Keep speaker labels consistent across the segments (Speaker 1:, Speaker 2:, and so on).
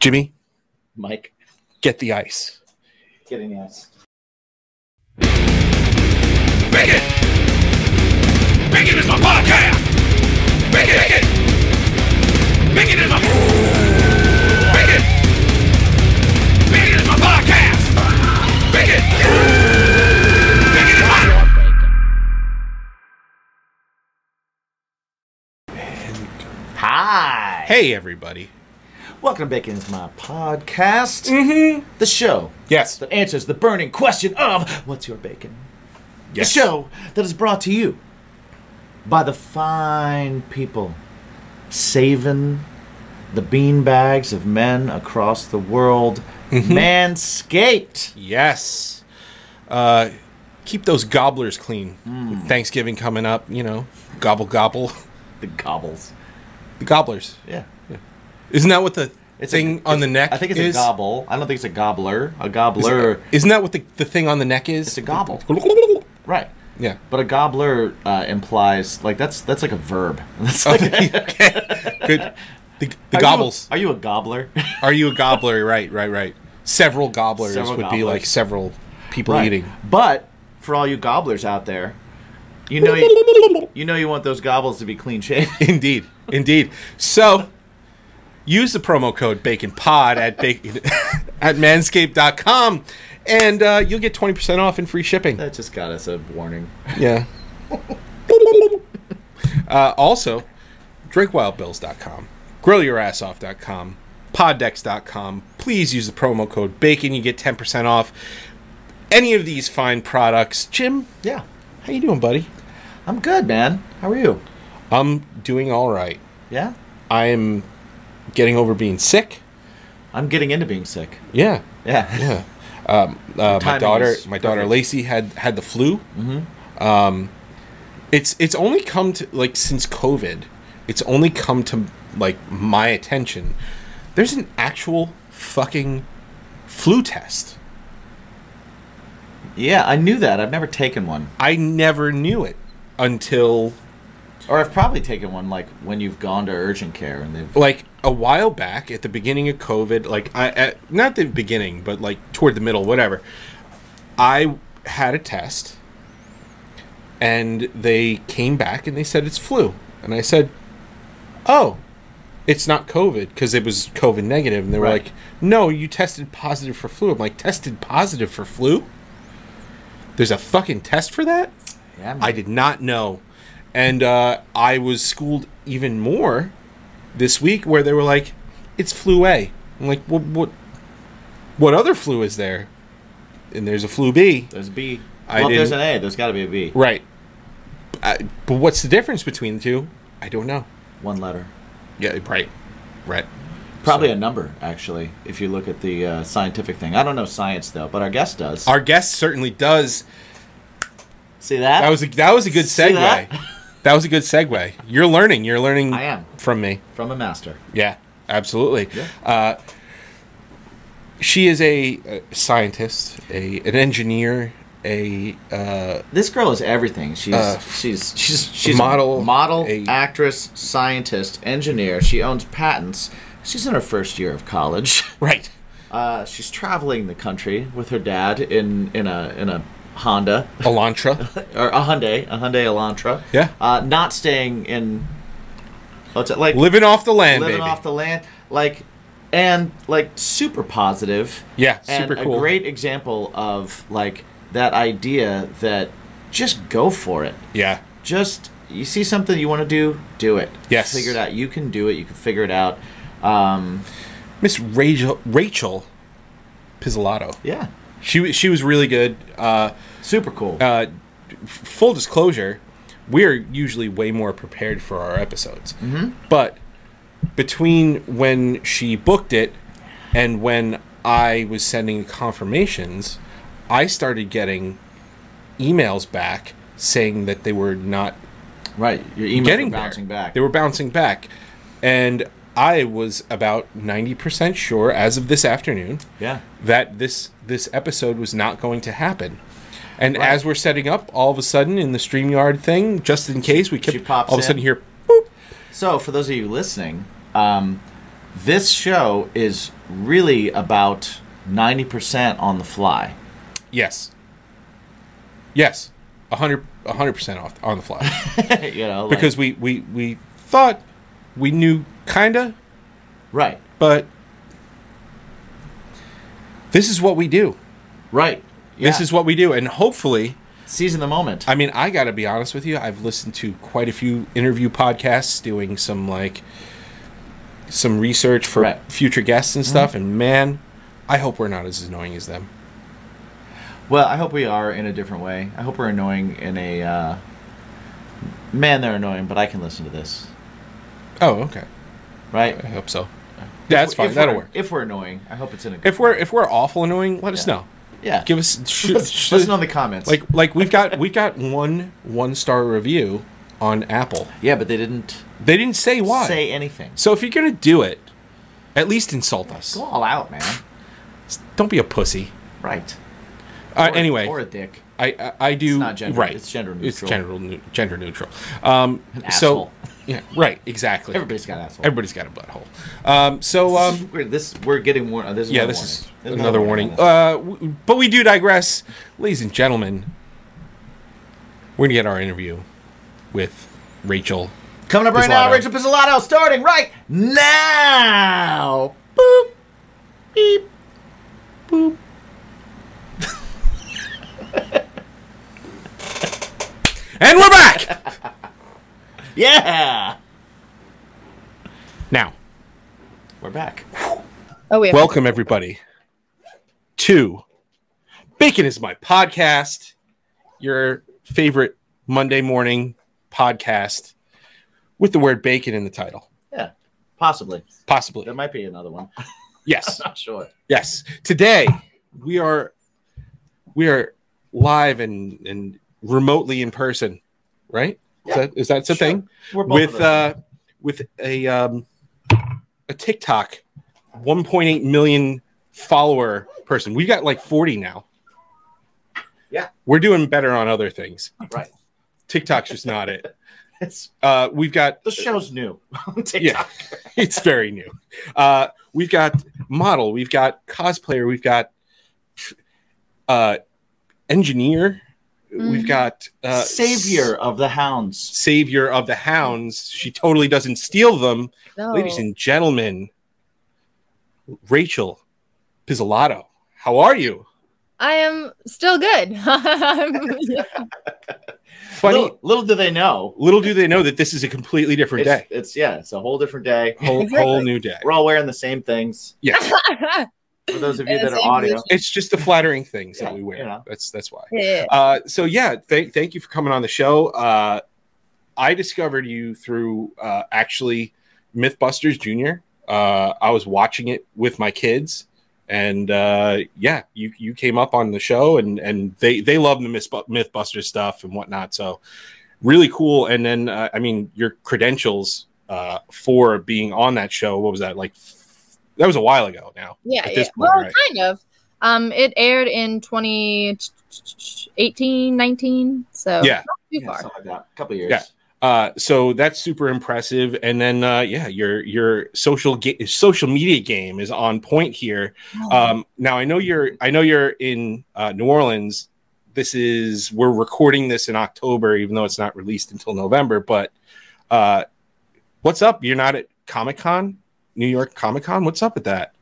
Speaker 1: Jimmy,
Speaker 2: Mike,
Speaker 1: get the ice.
Speaker 2: getting us.
Speaker 3: Bigot! Bigot is my podcast! Bigot! Bigot! Bigot is my... Bigot! Bigot is my podcast! Bigot! Bigot is my...
Speaker 2: Hi.
Speaker 1: Hey, everybody.
Speaker 2: Welcome to Bacon is My Podcast. Mm-hmm. The show
Speaker 1: Yes.
Speaker 2: that answers the burning question of what's your bacon?
Speaker 1: yes.
Speaker 2: The show that is brought to you by the fine people saving the bean bags of men across the world.
Speaker 1: Mm-hmm.
Speaker 2: Manscaped.
Speaker 1: Yes. Uh, keep those gobblers clean.
Speaker 2: Mm.
Speaker 1: With Thanksgiving coming up, you know, gobble, gobble.
Speaker 2: The gobbles.
Speaker 1: Gobblers.
Speaker 2: Yeah.
Speaker 1: Isn't that what the
Speaker 2: It's a-
Speaker 1: thing on the neck
Speaker 2: I think it's
Speaker 1: is?
Speaker 2: a gobble. I don't think it's a gobbler. A gobbler.
Speaker 1: Isn't that what the, the thing on the neck is?
Speaker 2: It's a gobble. Right.
Speaker 1: Yeah.
Speaker 2: But a gobbler uh, implies like that's that's like a verb. That's like,
Speaker 1: Good. The, the
Speaker 2: Are you a-
Speaker 1: gobbles.
Speaker 2: are you a gobbler?
Speaker 1: Are you a gobbler? Right, right, right. Several gobblers
Speaker 2: Several
Speaker 1: would be like
Speaker 2: gobblers.
Speaker 1: several people eating.
Speaker 2: But for all you gobblers out there, you know you, you know you want those gobbles to be clean shaven.
Speaker 1: Indeed, indeed. So use the promo code BaconPod at bacon, at manscaped.com and uh, you'll get 20% off and free shipping.
Speaker 2: that just got us a warning.
Speaker 1: Yeah. uh, also, drinkwildbills.com, grillyourassoff.com, poddex.com. Please use the promo code BACON. You get 10% off any of these fine products. Jim,
Speaker 2: Yeah,
Speaker 1: how you doing, buddy?
Speaker 2: I'm good, man. How are you?
Speaker 1: I'm doing all right.
Speaker 2: Yeah,
Speaker 1: I'm getting over being sick.
Speaker 2: I'm getting into being sick.
Speaker 1: Yeah.
Speaker 2: Yeah,
Speaker 1: Yeah. Um, uh, my
Speaker 2: timing
Speaker 1: daughter,
Speaker 2: is
Speaker 1: my daughter
Speaker 2: perfect.
Speaker 1: Lacey had had the flu. Mm-hmm. Um, it's it's only come to like since COVID. It's only come to like my attention. There's an actual fucking flu test.
Speaker 2: yeah. I knew that. I've never taken one,
Speaker 1: I never knew it until
Speaker 2: or I've probably taken one like when you've gone to urgent care and they've.
Speaker 1: like a while back at the beginning of COVID, like I at, not the beginning, but like toward the middle, whatever. I had a test, and they came back and they said it's flu, and I said, "Oh, it's not COVID because it was COVID negative." And they were
Speaker 2: Right.
Speaker 1: like, "No, you tested positive for flu." I'm like, "Tested positive for flu? There's a fucking test for that?"
Speaker 2: Yeah, man.
Speaker 1: I did not know. And uh, I was schooled even more this week where they were like, it's flu A. I'm like, what, what, what other flu is there? And there's a flu B.
Speaker 2: There's a B.
Speaker 1: I
Speaker 2: well, if there's an
Speaker 1: didn't-
Speaker 2: A, there's got to be a B.
Speaker 1: Right. I, but what's the difference between the two? I don't know.
Speaker 2: One letter.
Speaker 1: Yeah, right. Right.
Speaker 2: Probably
Speaker 1: So-
Speaker 2: a number, actually, if you look at the uh, scientific thing. I don't know science though, but our guest does.
Speaker 1: Our guest certainly does.
Speaker 2: See that?
Speaker 1: That was a, that was a good
Speaker 2: See
Speaker 1: segue.
Speaker 2: that?
Speaker 1: That? was a good segue. You're learning. You're learning
Speaker 2: I am.
Speaker 1: from me.
Speaker 2: from a master.
Speaker 1: Yeah, absolutely.
Speaker 2: Yeah.
Speaker 1: Uh, she is a, uh scientist, a an engineer, a uh,
Speaker 2: This girl is everything. She's
Speaker 1: Uh,
Speaker 2: she's she's she's a
Speaker 1: model,
Speaker 2: model,
Speaker 1: a-
Speaker 2: actress, scientist, engineer. She owns patents. She's in her first year of college.
Speaker 1: right.
Speaker 2: Uh, she's traveling the country with her dad in in a in a Honda
Speaker 1: Elantra.
Speaker 2: or a Hyundai, a Hyundai Elantra.
Speaker 1: Yeah.
Speaker 2: Uh, not staying in what's it like
Speaker 1: living off the land,
Speaker 2: living
Speaker 1: baby.
Speaker 2: off the land, like, and like super positive.
Speaker 1: Yeah,
Speaker 2: and
Speaker 1: super cool.
Speaker 2: A great example of like that idea that just go for it.
Speaker 1: yeah,
Speaker 2: Just you see something you want to do, do it.
Speaker 1: Yes.
Speaker 2: figure it out. You can do it. You can figure it out. Um,
Speaker 1: Miss Rachel Rachel Pizzolatto.
Speaker 2: yeah,
Speaker 1: She wa- she was really good. Uh,
Speaker 2: super cool.
Speaker 1: uh, f- full disclosure, we're usually way more prepared for our episodes. Mm-hmm. But between when she booked it and when I was sending confirmations, I started getting emails back saying that they were not
Speaker 2: right, your emails
Speaker 1: getting
Speaker 2: were bouncing
Speaker 1: there.
Speaker 2: back.
Speaker 1: They were bouncing back. And I was about 90% sure as of this afternoon
Speaker 2: yeah,
Speaker 1: that this this episode was not going to happen. And as we're setting up, all of a sudden in the StreamYard thing, just in case, we kept
Speaker 2: She pops
Speaker 1: all of a
Speaker 2: in.
Speaker 1: sudden here, boop.
Speaker 2: So, for those of you listening, um, this show is really about 90% on the fly.
Speaker 1: Yes. Yes. 100 100% off on the fly
Speaker 2: you know, like-
Speaker 1: because we we we thought we knew kinda,
Speaker 2: right,
Speaker 1: but this is what we do.
Speaker 2: right.
Speaker 1: This is what we do and hopefully
Speaker 2: seizing the moment.
Speaker 1: I mean, I got to be honest with you. I've listened to quite a few interview podcasts doing some like some research for
Speaker 2: Right. Mm-hmm.
Speaker 1: future guests and stuff. And man, I hope we're not as annoying as them.
Speaker 2: well, I hope we are in a different way. I hope we're annoying in a. Uh, man, they're annoying, but I can listen to this,
Speaker 1: Oh, okay.
Speaker 2: right?
Speaker 1: I hope so. Yeah, that's fine. That'll
Speaker 2: we're-
Speaker 1: work.
Speaker 2: If we're annoying, I hope it's in a. Good
Speaker 1: If we're if we're awful annoying, let us
Speaker 2: Yeah.
Speaker 1: know.
Speaker 2: yeah,
Speaker 1: Give us sh-
Speaker 2: let's,
Speaker 1: sh-
Speaker 2: let's know in the comments.
Speaker 1: like like we've got we got one one star review on Apple.
Speaker 2: yeah, but they didn't
Speaker 1: They didn't say why.
Speaker 2: say anything.
Speaker 1: so if you're gonna do it, at least insult us.
Speaker 2: Go all out, man.
Speaker 1: Don't be a pussy.
Speaker 2: Right.
Speaker 1: Uh,
Speaker 2: Or-
Speaker 1: anyway,
Speaker 2: or a dick.
Speaker 1: I I, I do
Speaker 2: It's not gender-
Speaker 1: right.
Speaker 2: it's gender
Speaker 1: It's
Speaker 2: neutral.
Speaker 1: gender neu- gender neutral. Um, so
Speaker 2: asshole.
Speaker 1: yeah, right, exactly.
Speaker 2: Everybody's got assholes.
Speaker 1: Everybody's got a butthole. Um, so um,
Speaker 2: we're, this we're getting warned. This is
Speaker 1: yeah,
Speaker 2: another
Speaker 1: this is
Speaker 2: warning. There's
Speaker 1: another warning.
Speaker 2: on
Speaker 1: Uh, w- but we do digress, ladies and gentlemen. We're gonna get our interview with Rachel.
Speaker 2: this. Coming up right now,
Speaker 1: Pizzolatto.
Speaker 2: Rachel Pizzolatto, starting right now. Boop, beep, boop.
Speaker 1: And we're back
Speaker 2: Yeah,
Speaker 1: now.
Speaker 2: we're back.
Speaker 4: Oh, wait.
Speaker 1: Welcome everybody to Bacon is my podcast, your favorite Monday morning podcast with the word bacon in the title.
Speaker 2: Yeah, possibly.
Speaker 1: Possibly.
Speaker 2: There might be another one. I'm
Speaker 1: Yes.
Speaker 2: not sure.
Speaker 1: Yes. Today we are we are live and and remotely in person, right?
Speaker 2: Yeah.
Speaker 1: Is that is that the
Speaker 2: Sure.
Speaker 1: thing?
Speaker 2: We're both
Speaker 1: With
Speaker 2: of us.
Speaker 1: uh with a um a TikTok 1.8 million follower person. We got like 40 now.
Speaker 2: Yeah.
Speaker 1: We're doing better on other things.
Speaker 2: right.
Speaker 1: TikTok's just not it.
Speaker 2: It's,
Speaker 1: Uh we've got
Speaker 2: the show's new on TikTok.
Speaker 1: yeah, it's very new. Uh, we've got model, we've got cosplayer, we've got uh, engineer, we've
Speaker 4: Mhm.
Speaker 1: got uh,
Speaker 2: Mm-hmm. Savior
Speaker 1: s-
Speaker 2: of the hounds.
Speaker 1: savior of the hounds. She totally doesn't steal them,
Speaker 4: no.
Speaker 1: ladies and gentlemen. Rachel Pizzolatto, how are you?
Speaker 4: I am still good. I'm-
Speaker 1: Funny.
Speaker 2: Little, little do they know.
Speaker 1: Little do they know that this is a completely different
Speaker 2: It's,
Speaker 1: day,
Speaker 2: it's yeah. It's a whole different day.
Speaker 1: whole, whole new day.
Speaker 2: We're all wearing the same things.
Speaker 1: Yes,
Speaker 2: For those of you
Speaker 4: Yeah,
Speaker 2: that are
Speaker 4: same
Speaker 2: audio,
Speaker 4: position.
Speaker 1: it's just the flattering things
Speaker 2: Yeah,
Speaker 1: that we wear.
Speaker 2: you know.
Speaker 1: That's that's why.
Speaker 4: Yeah.
Speaker 1: Uh, so yeah, thank thank you for coming on the show. Uh, I discovered you through uh, actually MythBusters Junior. Uh, I was watching it with my kids, and uh, yeah, you you came up on the show, and and they they love the Myth- MythBusters stuff and whatnot. So really cool. And then uh, I mean, your credentials uh, for being on that show. What was that like? That was a while ago now.
Speaker 4: yeah,
Speaker 1: at
Speaker 4: yeah.
Speaker 1: this point,
Speaker 4: Well,
Speaker 1: right.
Speaker 4: kind of. Um, it aired in 2018, 19, so
Speaker 1: Yeah.
Speaker 4: not too
Speaker 2: yeah,
Speaker 4: far.
Speaker 2: something like that. A couple years.
Speaker 1: Yeah. Uh, so that's super impressive. And then, uh, yeah, your your social ga- social media game is on point here.
Speaker 2: Oh.
Speaker 1: Um, now I know you're I know you're in uh, New Orleans. This is we're recording this in October, even though it's not released until November. But uh, what's up? You're not at Comic Con, New York Comic Con. What's up with that?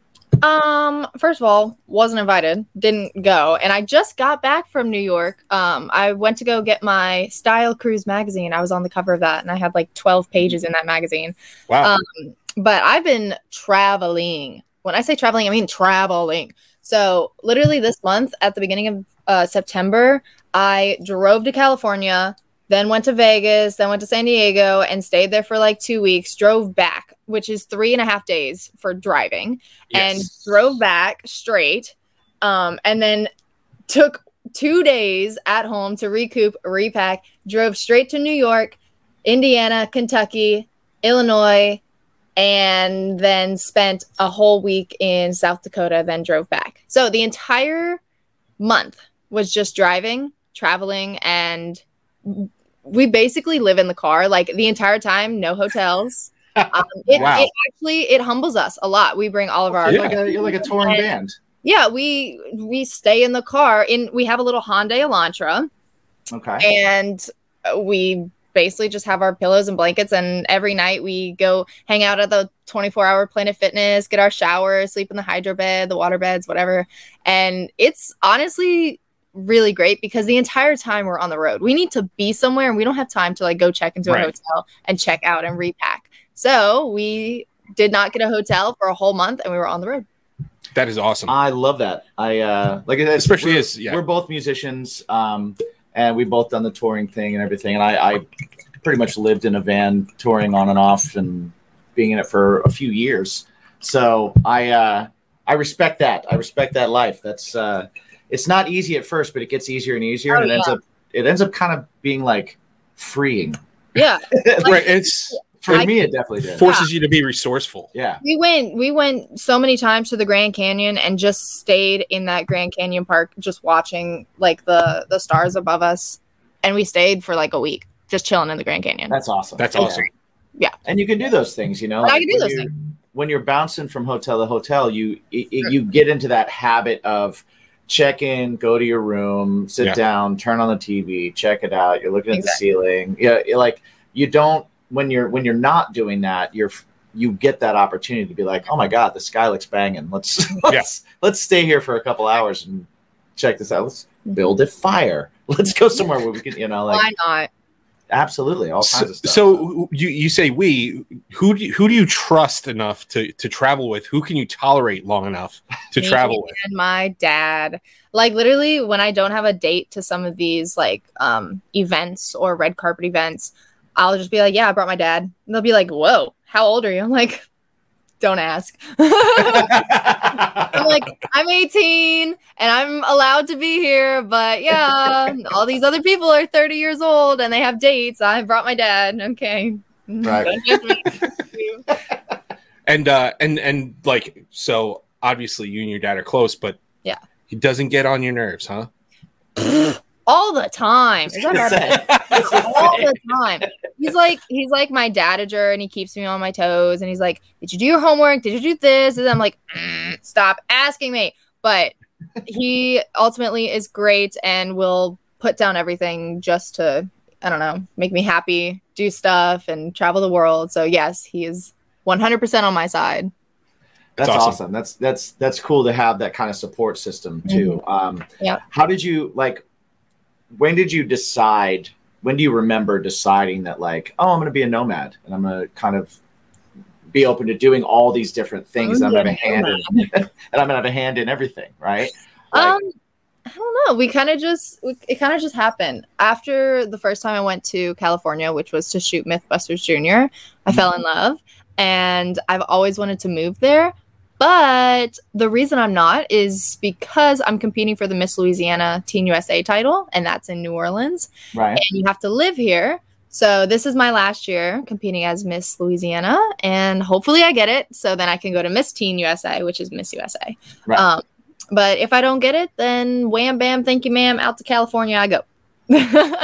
Speaker 4: Um, first of all, wasn't invited, didn't go, and I just got back from New York. Um, I went to go get my Style Cruise magazine. I was on the cover of that, and I had like twelve pages in that magazine.
Speaker 1: Wow.
Speaker 2: Uh,
Speaker 4: Um, But I've been traveling. When I say traveling, I mean traveling. So literally this month, at the beginning of uh, September, I drove to California, then went to Vegas, then went to San Diego, and stayed there for like two weeks. Drove back, which is three and a half days for driving and drove back straight um, and then took two days at home to recoup repack drove straight to new york indiana kentucky illinois and then spent a whole week in south dakota then drove back so the entire month was just driving traveling and we basically live in the car like the entire time no hotels Um, it,
Speaker 1: Wow.
Speaker 4: it actually it humbles us a lot. We bring all of our
Speaker 2: You're like a, you're like a touring band.
Speaker 4: yeah we we stay in the car in we have a little Hyundai Elantra
Speaker 2: Okay.
Speaker 4: and we basically just have our pillows and blankets and every night we go hang out at the 24 hour planet fitness get our showers sleep in the hydro bed the water beds whatever and it's honestly really great because the entire time we're on the road we need to be somewhere and we don't have time to like go check into a
Speaker 1: Right.
Speaker 4: hotel and check out and repack so we did not get a hotel for a whole month and we were on the road
Speaker 1: That is awesome.
Speaker 2: I love that. I uh, like I said,
Speaker 1: Especially
Speaker 2: uh, we're-
Speaker 1: as- yeah.
Speaker 2: we're both musicians, um, and we both done the touring thing and everything. And I, I pretty much lived in a van touring on and off and being in it for a few years. So I uh, I respect that. I respect that life. That's uh, it's not easy at first, but it gets easier and easier,
Speaker 4: Oh,
Speaker 2: and it ends
Speaker 4: yeah.
Speaker 2: up it ends up kind of being like freeing
Speaker 4: yeah
Speaker 1: right. It's
Speaker 2: for
Speaker 4: I-
Speaker 2: me. It definitely did.
Speaker 1: forces you to be resourceful.
Speaker 2: yeah.
Speaker 4: we went we went so many times to the grand canyon and just stayed in that grand canyon park just watching like the the stars above us and we stayed for like a week just chilling in the grand canyon
Speaker 2: That's awesome.
Speaker 1: That's awesome.
Speaker 2: and you can do those things you know
Speaker 4: And I can do
Speaker 2: when
Speaker 4: those
Speaker 2: you're-
Speaker 4: things.
Speaker 2: when you're bouncing from hotel to hotel you it, it- you get into that habit of check in go to your room sit
Speaker 1: Yeah.
Speaker 2: down turn on the tv check it out you're looking at the ceiling yeah you're like you don't when you're when you're not doing that you're you get that opportunity to be like oh my god the sky looks banging let's let's, let's stay here for a couple hours and check this out let's build a fire let's go somewhere where we can you know like
Speaker 4: why not
Speaker 2: absolutely all kinds
Speaker 1: So,
Speaker 2: of stuff
Speaker 1: so you you say we who do you, who do you trust enough to to travel with? Who can you tolerate long enough to
Speaker 4: Me
Speaker 1: travel with?
Speaker 4: and my dad like literally when i don't have a date to some of these like um events or red carpet events i'll just be like yeah i brought my dad and they'll be like whoa how old are you i'm like don't ask I'm like, I'm 18 and I'm allowed to be here, but yeah, all these other people are 30 years old and they have dates. I brought my dad. Okay.
Speaker 2: Right.
Speaker 4: Don't judge me.
Speaker 1: And uh and and like so obviously you and your dad are close, but
Speaker 4: Yeah.
Speaker 1: he doesn't get on your nerves, huh?
Speaker 4: all the time. Is that bad? all the time. He's like he's like my dadager, and he keeps me on my toes. And he's like, "Did you do your homework? Did you do this?" And I'm like, "Mm, "Stop asking me." But he ultimately is great and will put down everything just to I don't know make me happy, do stuff, and travel the world. So yes, he is 100% on my side.
Speaker 2: That's
Speaker 1: That's
Speaker 2: awesome.
Speaker 1: awesome.
Speaker 2: That's that's that's cool to have that kind of support system too. Um,
Speaker 4: Mm-hmm. Yeah.
Speaker 2: How did you like? When did you decide? When do you remember deciding that like, oh, I'm going to be a nomad and I'm going to kind of be open to doing all these different things.
Speaker 4: I'm
Speaker 2: and I'm
Speaker 4: gonna
Speaker 2: going to
Speaker 4: be a
Speaker 2: hand in, and I'm going to have a hand in everything, right? Like,
Speaker 4: um, I don't know. We kind of just we, it kind of just happened after the first time I went to California, which was to shoot MythBusters Junior. I fell in love, and I've always wanted to move there. But the reason I'm not is because I'm competing for the Miss Louisiana Teen USA title, and that's in New Orleans,
Speaker 2: right.
Speaker 4: and you have to live here. So this is my last year competing as Miss Louisiana, and hopefully I get it. So then I can go to Miss Teen USA, which is Miss USA.
Speaker 2: Right.
Speaker 4: Um, but if I don't get it, then wham bam, thank you, ma'am. Out to California I go.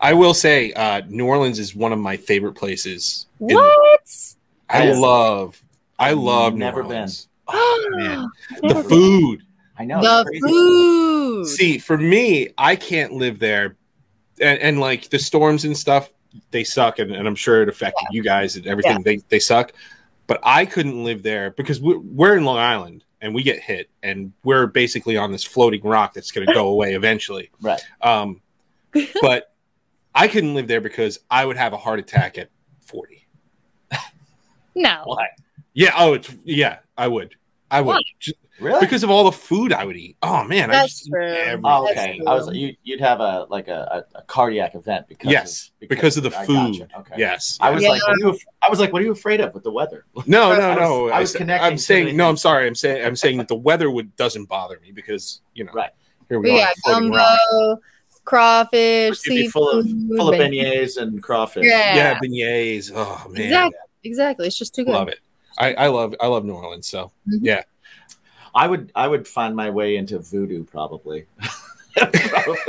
Speaker 1: I will say uh New Orleans is one of my favorite places. in-
Speaker 4: what?
Speaker 1: I
Speaker 2: Yes.
Speaker 1: love I
Speaker 2: I've
Speaker 1: love
Speaker 2: never
Speaker 1: New
Speaker 2: been.
Speaker 1: Orleans. Oh, man. The
Speaker 2: Never been.
Speaker 1: food.
Speaker 2: I know. it's
Speaker 4: the
Speaker 2: crazy.
Speaker 4: food.
Speaker 1: See, for me, I can't live there, and, and like the storms and stuff, they suck, and, and I'm sure it affected you guys and everything. They they suck, but I couldn't live there because we're, we're in Long Island and we get hit, and we're basically on this floating rock that's going to go away eventually.
Speaker 2: Right.
Speaker 1: Um, but I couldn't live there because I would have a heart attack at 40.
Speaker 4: no.
Speaker 1: Yeah. Oh, it's, yeah. I would. I would
Speaker 4: Why?
Speaker 1: Just
Speaker 2: Really?
Speaker 1: because of all the food I would eat. Oh man, I
Speaker 4: That's
Speaker 1: just eat
Speaker 4: true.
Speaker 1: everything.
Speaker 2: Oh,
Speaker 4: That's
Speaker 2: okay.
Speaker 4: true.
Speaker 2: I was you, you'd have a like a, a, a cardiac event because
Speaker 1: Yes,
Speaker 2: of,
Speaker 1: because of the
Speaker 2: I
Speaker 1: food.
Speaker 2: gotcha. Okay.
Speaker 1: Yes.
Speaker 2: I was
Speaker 4: Yeah.
Speaker 2: like, what are you, af- I was like, what are you afraid of with the weather?
Speaker 1: No,
Speaker 2: I
Speaker 1: no,
Speaker 2: was-
Speaker 1: no.
Speaker 2: I was
Speaker 1: said-
Speaker 2: connecting
Speaker 1: I'm
Speaker 2: so
Speaker 1: saying
Speaker 2: many
Speaker 1: no. I'm
Speaker 2: things.
Speaker 1: sorry. I'm saying I'm saying that the weather would doesn't bother me because you know.
Speaker 2: Right.
Speaker 1: Here we
Speaker 4: We
Speaker 1: are.
Speaker 4: got
Speaker 1: floating
Speaker 4: gumbo,
Speaker 1: around.
Speaker 4: crawfish,
Speaker 2: It'd be full of
Speaker 4: seafood,
Speaker 2: full of
Speaker 4: but-
Speaker 2: beignets and crawfish.
Speaker 4: Yeah.
Speaker 1: Yeah, beignets. Oh man,
Speaker 4: Exactly. Exactly. It's just too good.
Speaker 1: love it. I, I love I love New Orleans. So
Speaker 2: I would I would find my way into voodoo probably. probably.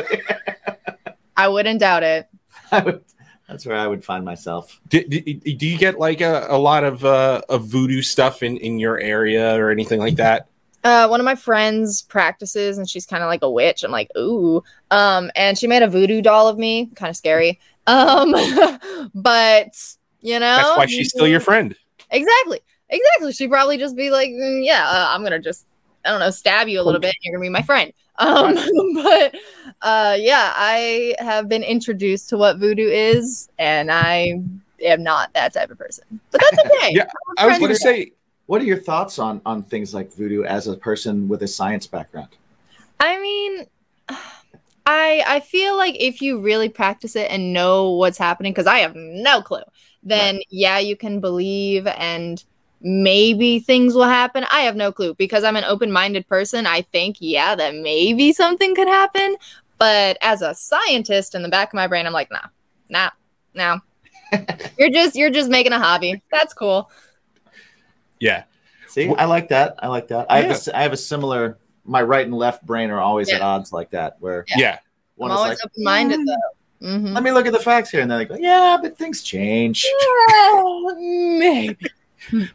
Speaker 4: I wouldn't doubt it.
Speaker 2: I would That's where I would find myself.
Speaker 1: Do, do, do you get like a, a lot of uh, of voodoo stuff in, in your area or anything like that?
Speaker 4: uh, one of my friends practices and she's kind of like a witch. I'm like, ooh. Um, and she made a voodoo doll of me, kind of scary. Um, but you know,
Speaker 1: That's why she's still your friend.
Speaker 4: Exactly, exactly. She'd probably just be like, "Mm, yeah, uh, I'm gonna just, I don't know, stab you a little bit. And you're gonna be my friend. Um, but uh, yeah, I have been introduced to what voodoo is, and I am not that type of person. But that's okay.
Speaker 1: Yeah,
Speaker 4: I'm a
Speaker 1: I was
Speaker 4: friend
Speaker 1: going to
Speaker 4: of-
Speaker 1: say,
Speaker 2: What are your thoughts on on things like voodoo as a person with a science background?
Speaker 4: I mean, I I feel like if you really practice it and know what's happening, because I have no clue, then yeah, you can believe and maybe things will happen. I have no clue because I'm an open-minded person. I think yeah, that maybe something could happen, but as a scientist in the back of my brain, I'm like, nah, nah, no. you're just you're just making a hobby. That's cool.
Speaker 1: yeah,
Speaker 2: See, I like that. I like that. I have a s I have a similar. My right and left brain are always at
Speaker 4: Yeah.
Speaker 2: odds like that, where
Speaker 1: yeah,
Speaker 4: Yeah.
Speaker 2: one
Speaker 4: I'm
Speaker 2: is
Speaker 4: always
Speaker 2: like,
Speaker 4: open-minded
Speaker 2: "Mm,
Speaker 4: though. Mhm.
Speaker 2: let me look at the facts here, and then they go, yeah, but things change.
Speaker 4: Yeah, maybe.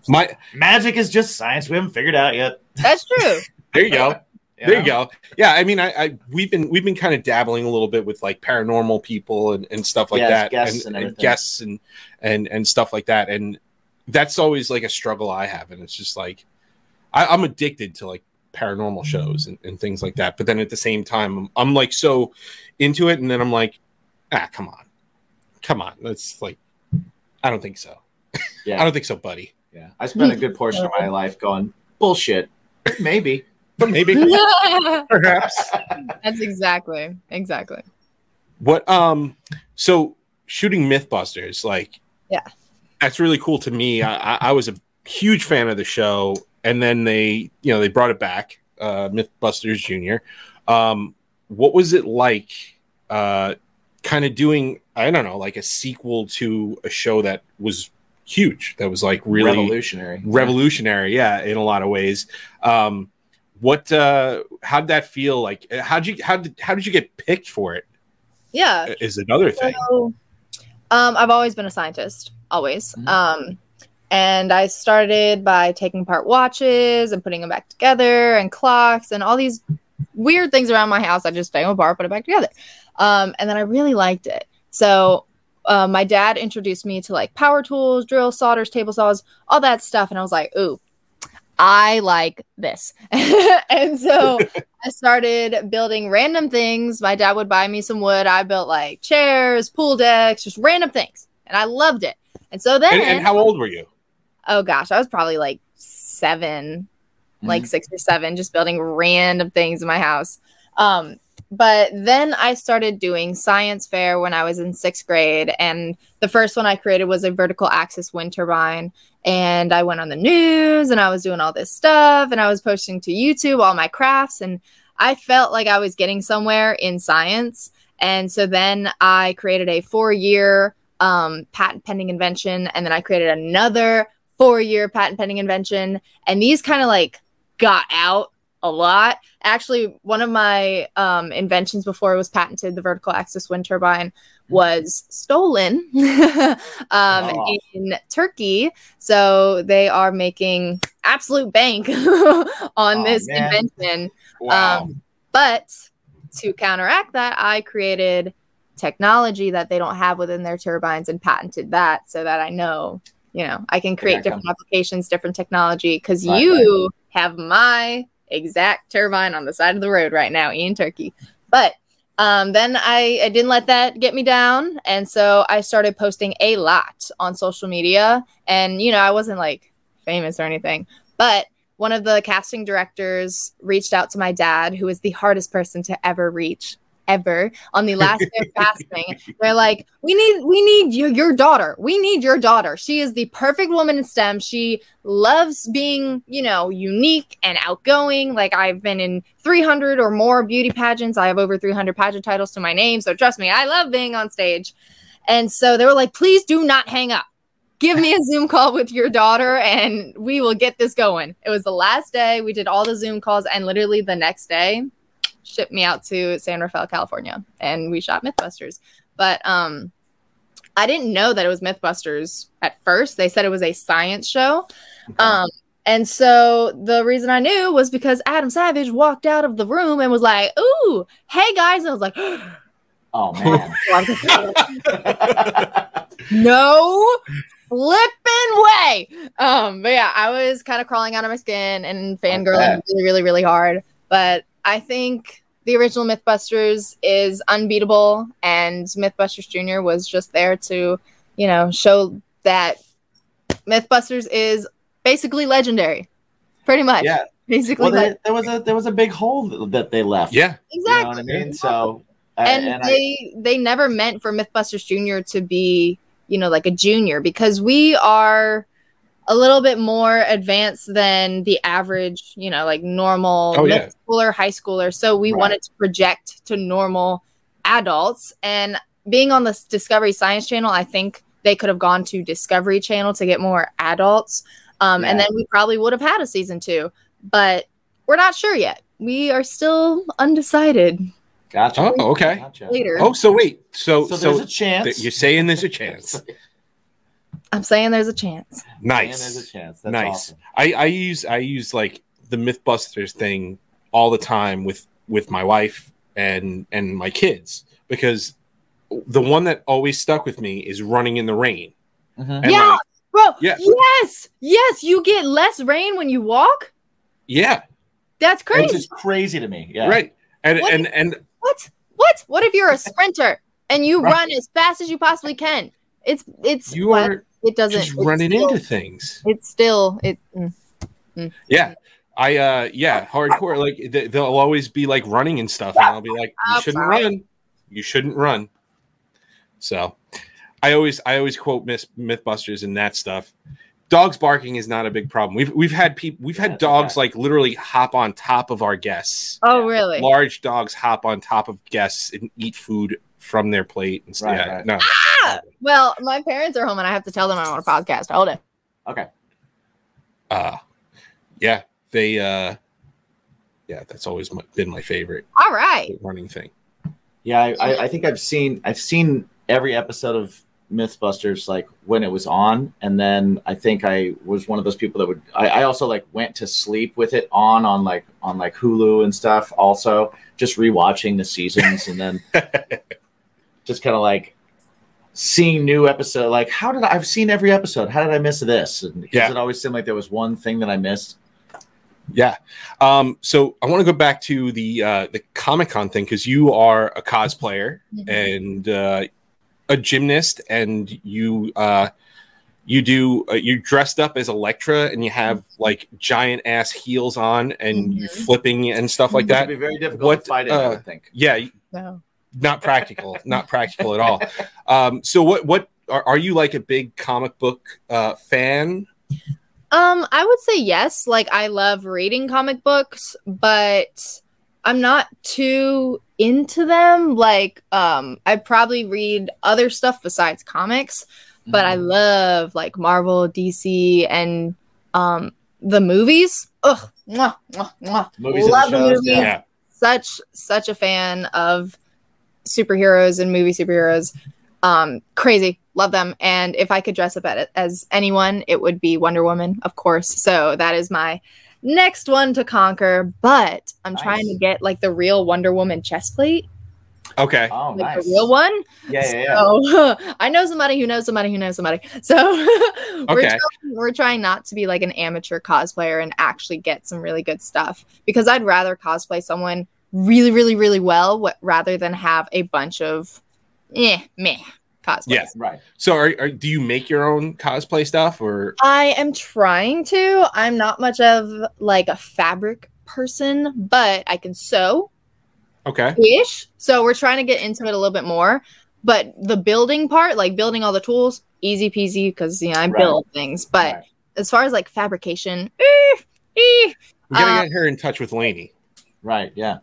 Speaker 1: My
Speaker 2: Magic is just science we haven't figured out yet.
Speaker 4: That's true.
Speaker 1: there you go.
Speaker 2: You
Speaker 1: There you
Speaker 2: know?
Speaker 1: go. Yeah, I mean, I, I we've been we've been kind of dabbling a little bit with like paranormal people and, and stuff like
Speaker 2: Yes,
Speaker 1: that,
Speaker 2: guests and everything.
Speaker 1: guests and and and stuff like that, and that's always like a struggle I have, and it's just like I, I'm addicted to like paranormal shows and, and things like that, but then at the same time, I'm, I'm like so into it, and then I'm like, ah, come on, come on, that's like, I don't think so.
Speaker 2: Yeah.
Speaker 1: I don't think so, buddy.
Speaker 2: Yeah, I spent a good portion of my life going bullshit. Maybe.
Speaker 1: But maybe perhaps.
Speaker 4: That's exactly, exactly.
Speaker 1: What um so shooting Mythbusters, like
Speaker 4: Yeah.
Speaker 1: That's really cool to me. I, I, I was a huge fan of the show, and then they you know they brought it back, uh Mythbusters Junior. Um what was it like uh kind of doing I don't know, like a sequel to a show that was huge, that was like really
Speaker 2: revolutionary.
Speaker 1: revolutionary yeah in a lot of ways um what uh how'd that feel like how'd you how did how did you get picked for it
Speaker 4: Yeah.
Speaker 1: is another thing
Speaker 4: So, um, I've always been a scientist, always.
Speaker 2: Mhm.
Speaker 4: Um, and I started by taking apart watches and putting them back together, and clocks, and all these weird things around my house. I just take them apart, put it back together, um, and then I really liked it. So. Uh, my dad introduced me to like power tools, drill, solders, table saws, all that stuff, and I was like, "Ooh, I like this." and so I started building random things. My dad would buy me some wood. I built like chairs, pool decks, just random things. And I loved it. And so then,
Speaker 1: and, and how old were you
Speaker 4: oh gosh, I was probably like 7 like six or seven, just building random things in my house. Um, but then I started doing science fair when I was in sixth grade. And the first one I created was a vertical axis wind turbine. And I went on the news and I was doing all this stuff and I was posting to YouTube all my crafts. And I felt like I was getting somewhere in science. And so then I created a four year um, patent pending invention. And then I created another four year patent pending invention. And these kind of like got out a lot. Actually, one of my um, inventions before it was patented, the vertical axis wind turbine, was stolen um,
Speaker 2: Oh.
Speaker 4: in Turkey. So they are making absolute bank on
Speaker 2: Aw,
Speaker 4: this
Speaker 2: man.
Speaker 4: invention. Um, but to counteract that, I created technology that they don't have within their turbines and patented that so that I know, you know, I can create
Speaker 2: got
Speaker 4: different applications, different technology because
Speaker 2: Right,
Speaker 4: you have my exact turbine on the side of the road right now in Turkey. But um, then I, I didn't let that get me down. And so I started posting a lot on social media. And, you know, I wasn't like famous or anything, but one of the casting directors reached out to my dad, who is the hardest person to ever reach ever on the last day of casting. They're like, "We need we need your, your daughter. We need your daughter. She is the perfect woman in STEM. She loves being, you know, unique and outgoing. Like I've been in 300 or more beauty pageants. I have over 300 pageant titles to my name, so trust me, I love being on stage." And so they were like, "Please do not hang up." give me a Zoom call with your daughter and we will get this going. It was the last day. We did all the Zoom calls and literally the next day shipped me out to San Rafael, California and we shot Mythbusters. But um I didn't know that it was Mythbusters at first. They said it was a science show. Um, and so the reason I knew was because Adam Savage walked out of the room and was like, Ooh, hey guys. And I was like,
Speaker 2: Oh man.
Speaker 4: no flipping way. Um, but yeah, I was kind of crawling out of my skin and fangirling
Speaker 2: bet.
Speaker 4: really, really, really hard. But I think the original Mythbusters is unbeatable, and Mythbusters Jr. was just there to, you know, show that Mythbusters is basically legendary, pretty much.
Speaker 2: yeah. Well,
Speaker 4: Basically,
Speaker 2: there,
Speaker 4: leg-
Speaker 2: there was a there was a big hole th- that they left.
Speaker 1: Yeah.
Speaker 4: exactly.
Speaker 2: You know what I mean? So. I-
Speaker 4: and,
Speaker 2: and I-
Speaker 4: they they never meant for mythbusters junior to be you know like a junior because we are a little bit more advanced than the average you know like normal
Speaker 1: Oh,
Speaker 4: middle
Speaker 1: yeah.
Speaker 4: schooler high schooler so we
Speaker 2: Right.
Speaker 4: wanted to project to normal adults and being on the S- discovery science channel i think they could have gone to discovery channel to get more adults um, and
Speaker 2: Yeah.
Speaker 4: then we probably would have had a season two but we're not sure yet we are still undecided
Speaker 2: Gotcha.
Speaker 1: Oh, okay.
Speaker 2: Gotcha.
Speaker 4: later
Speaker 1: Oh, so wait. So
Speaker 2: So,
Speaker 1: so,
Speaker 2: there's a chance.
Speaker 1: th- you're saying there's a chance.
Speaker 4: I'm saying there's a chance.
Speaker 2: And there's a
Speaker 1: Nice.
Speaker 2: chance. That's
Speaker 1: Nice.
Speaker 2: awesome.
Speaker 1: I I use I use like the MythBusters thing all the time with with my wife and and my kids because the one that always stuck with me is running in the rain.
Speaker 2: Mhm.
Speaker 1: And
Speaker 4: Yeah.
Speaker 1: like,
Speaker 4: Bro,
Speaker 1: Yeah.
Speaker 4: yes, yes, you get less rain when you walk.
Speaker 1: yeah,
Speaker 4: That's
Speaker 2: Which
Speaker 4: crazy.
Speaker 2: is crazy to me. Yeah.
Speaker 1: right. And
Speaker 4: What
Speaker 1: and and
Speaker 4: what? What? What if you're a sprinter and you
Speaker 2: Right.
Speaker 4: run as fast as you possibly can? It's it's
Speaker 1: you are
Speaker 4: it doesn't
Speaker 1: just
Speaker 4: it's
Speaker 1: running
Speaker 4: still-
Speaker 1: into things.
Speaker 4: It's still it. mm.
Speaker 1: Yeah. I uh yeah, hardcore like th- they'll always be like running and stuff and I'll be like you shouldn't run. You shouldn't run. So, I always I always quote Myth- Mythbusters and that stuff. Dogs barking is not a big problem. We've we've had people we've
Speaker 2: Yeah,
Speaker 1: had dogs
Speaker 2: okay.
Speaker 1: like literally hop on top of our guests.
Speaker 4: Oh really?
Speaker 1: Large dogs hop on top of guests and eat food from their plate and stuff.
Speaker 2: Right,
Speaker 1: yeah,
Speaker 2: right.
Speaker 1: no.
Speaker 4: Well, my parents are home and I have to tell them I'm on a podcast. Hold it.
Speaker 2: Okay.
Speaker 1: Uh yeah, they uh yeah, that's always my, been my favorite
Speaker 4: All right.
Speaker 1: running thing.
Speaker 2: Yeah, I, I, I think I've seen I've seen every episode of MythBusters like when it was on, and then I think I was one of those people that would. I, I also like went to sleep with it on on like on like Hulu and stuff. Also, just rewatching the seasons and then just kind of like seeing new episode. Like, how did I, I've seen every episode? How did I miss this? And 'cause
Speaker 1: Yeah.
Speaker 2: it always seemed like there was one thing that I missed.
Speaker 1: Yeah. Um, so I want to go back to the uh, the Comic Con thing because you are a cosplayer and uh, a gymnast, and you uh, you do uh, you dressed up as Electra, and you have like giant ass heels on, and you
Speaker 4: Mhm.
Speaker 1: flipping and stuff like
Speaker 2: Which would
Speaker 1: that.
Speaker 2: be very difficult
Speaker 1: What,
Speaker 2: to fight in. I
Speaker 1: uh,
Speaker 2: would think.
Speaker 1: Yeah,
Speaker 4: No.
Speaker 1: not practical, not practical at all. Um, so what what are, are you like a big comic book uh, fan?
Speaker 4: Um, I would say yes. Like I love reading comic books, but I'm not too into them. Like, um, I probably read other stuff besides comics, but
Speaker 2: Mm-hmm.
Speaker 4: I love like Marvel, DC, and um the movies. Ugh, mwah, mwah, mwah.
Speaker 2: Movies and
Speaker 4: love the
Speaker 2: shows,
Speaker 4: movies.
Speaker 2: yeah.
Speaker 4: Such such a fan of superheroes and movie superheroes. Um, crazy, love them. And if I could dress up at, as anyone, it would be Wonder Woman, of course. So that is my next one to conquer. But I'm
Speaker 2: Nice.
Speaker 4: trying to get like the real Wonder Woman chest plate,
Speaker 1: Okay.
Speaker 2: Oh,
Speaker 4: like
Speaker 2: nice.
Speaker 4: the real one.
Speaker 2: Yeah, yeah, yeah.
Speaker 4: So I know somebody who knows somebody who knows somebody. So we're,
Speaker 1: Okay.
Speaker 4: trying, we're trying not to be like an amateur cosplayer and actually get some really good stuff because I'd rather cosplay someone really, really, really well wh- rather than have a bunch of eh, meh cosplays.
Speaker 1: Yeah.
Speaker 2: Right.
Speaker 1: So are, are do you make your own cosplay stuff or
Speaker 4: I am trying to. I'm not much of like a fabric person, but I can sew.
Speaker 1: okay?
Speaker 4: ish. So we're trying to get into it a little bit more. But the building part, like building all the tools, easy peasy because you know I
Speaker 2: Right.
Speaker 4: build things. But
Speaker 2: Right.
Speaker 4: as far as like fabrication, eh, eh.
Speaker 1: We gotta
Speaker 4: Uh,
Speaker 1: get her in touch with Lainey.
Speaker 2: Right. Yeah.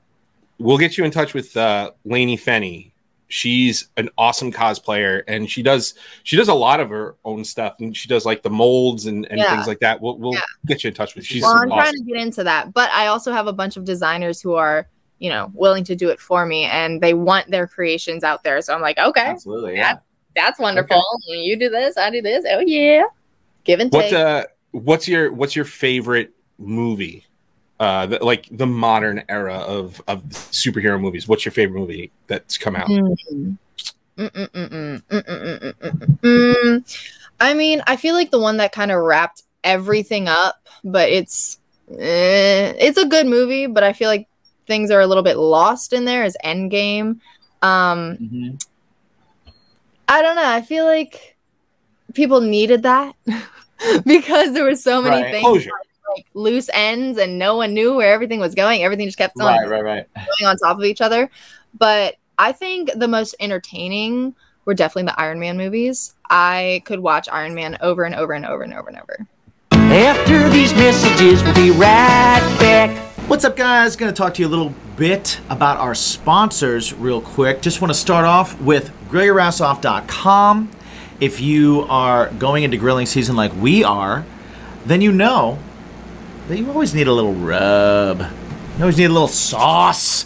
Speaker 1: We'll get you in touch with uh, Lainey Fenny. She's an awesome cosplayer, and she does she does a lot of her own stuff, and she does like the molds and, and
Speaker 4: Yeah.
Speaker 1: things like that. We'll we'll
Speaker 4: Yeah.
Speaker 1: get you in touch with. She's
Speaker 4: well, I'm
Speaker 1: awesome.
Speaker 4: trying to get into that. But I also have a bunch of designers who are you know willing to do it for me, and they want their creations out there. So I'm like, okay,
Speaker 2: Absolutely. Yeah.
Speaker 4: Yeah. That's wonderful. You do this, I do this. Oh yeah, give and
Speaker 1: What
Speaker 4: take.
Speaker 1: uh, what's your what's your favorite movie? Uh, the, like the modern era of of superhero movies. What's your favorite movie that's come out?
Speaker 4: Mm. Mm, mm, mm, mm, mm, mm, mm, mm, mm, mm. I mean, I feel like the one that kind of wrapped everything up, but it's eh, it's a good movie, but I feel like things are a little bit lost in there is Endgame. Um,
Speaker 2: Mhm.
Speaker 4: I don't know. I feel like people needed that because there were so many
Speaker 2: Right.
Speaker 4: things
Speaker 1: Closure.
Speaker 4: like loose ends and no one knew where everything was going. Everything just kept on
Speaker 2: Right, right, right.
Speaker 4: going on top of each other. But I think the most entertaining were definitely the Iron Man movies. I could watch Iron Man over and over and over and over and over.
Speaker 5: After these messages, we'll be right back.
Speaker 2: What's up, guys? Going to talk to you a little bit about our sponsors, real quick. Just want to start off with GregoryRassoff.com. If you are going into grilling season like we are, then you know that you always need a little rub. You always need a little sauce.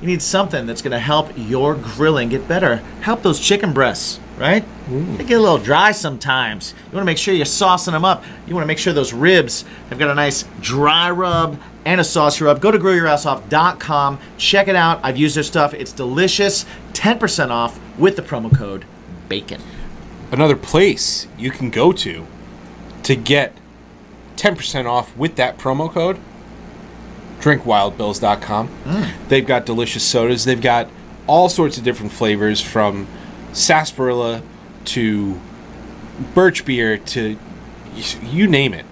Speaker 2: You need something that's going to help your grilling get better. Help those chicken breasts, right? They get a little dry sometimes. You want to make sure you're saucing them up. You want to make sure those ribs have got a nice dry rub and a saucy rub. Go to grillyourassoff.com. Check it out. I've used their stuff. It's delicious. 10% off with the promo code BACON.
Speaker 1: Another place you can go to to get ten percent off with that promo code. DrinkWildBills.com. They've got delicious sodas. They've got all sorts of different flavors from sarsaparilla to birch beer to you name it.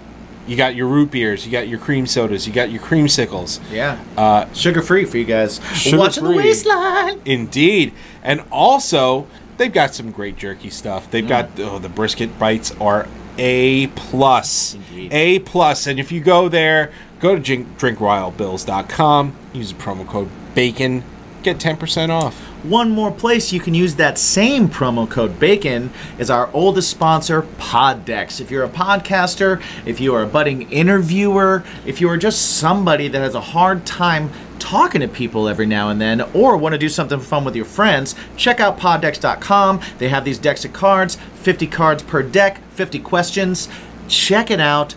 Speaker 1: You got your root beers. You got your cream sodas. You got your creamsicles.
Speaker 2: Yeah. Uh, Sugar free for you guys. Watching the
Speaker 1: Sugar-free.
Speaker 2: waistline.
Speaker 1: Indeed. And also, they've got some great jerky stuff. They've got
Speaker 2: Mm.
Speaker 1: oh, the brisket bites are a plus.
Speaker 2: Indeed.
Speaker 1: A plus. And if you go there, go to drink, drinkroyalbills.com, use the promo code BACON, get 10% off.
Speaker 2: One more place you can use that same promo code BACON is our oldest sponsor, Poddex. If you're a podcaster, if you are a budding interviewer, if you are just somebody that has a hard time talking to people every now and then, or want to do something fun with your friends, check out poddex.com. They have these decks of cards 50 cards per deck, 50 questions. Check it out.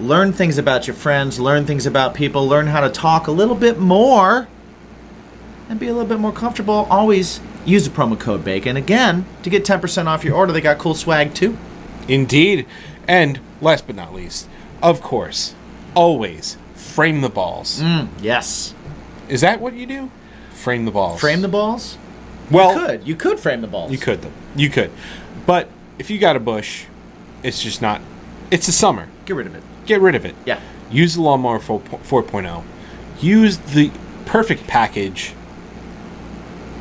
Speaker 2: Learn things about your friends, learn things about people, learn how to talk a little bit more and be a little bit more comfortable, always use the promo code BACON. Again, to get 10% off your order, they got cool swag too.
Speaker 1: Indeed. And last but not least, of course, always frame the balls.
Speaker 2: Mm. Hmm, Yes.
Speaker 1: Is that what you do? Frame the balls.
Speaker 2: Frame the balls?
Speaker 1: well,
Speaker 2: Could. You could frame the balls.
Speaker 1: You could them. You could. But if you got a bush, it's just not. It's the summer.
Speaker 2: Get rid of it.
Speaker 1: Get rid of it.
Speaker 2: Yeah.
Speaker 1: Use the lawnmower 4, 4.0. oh. Use the perfect package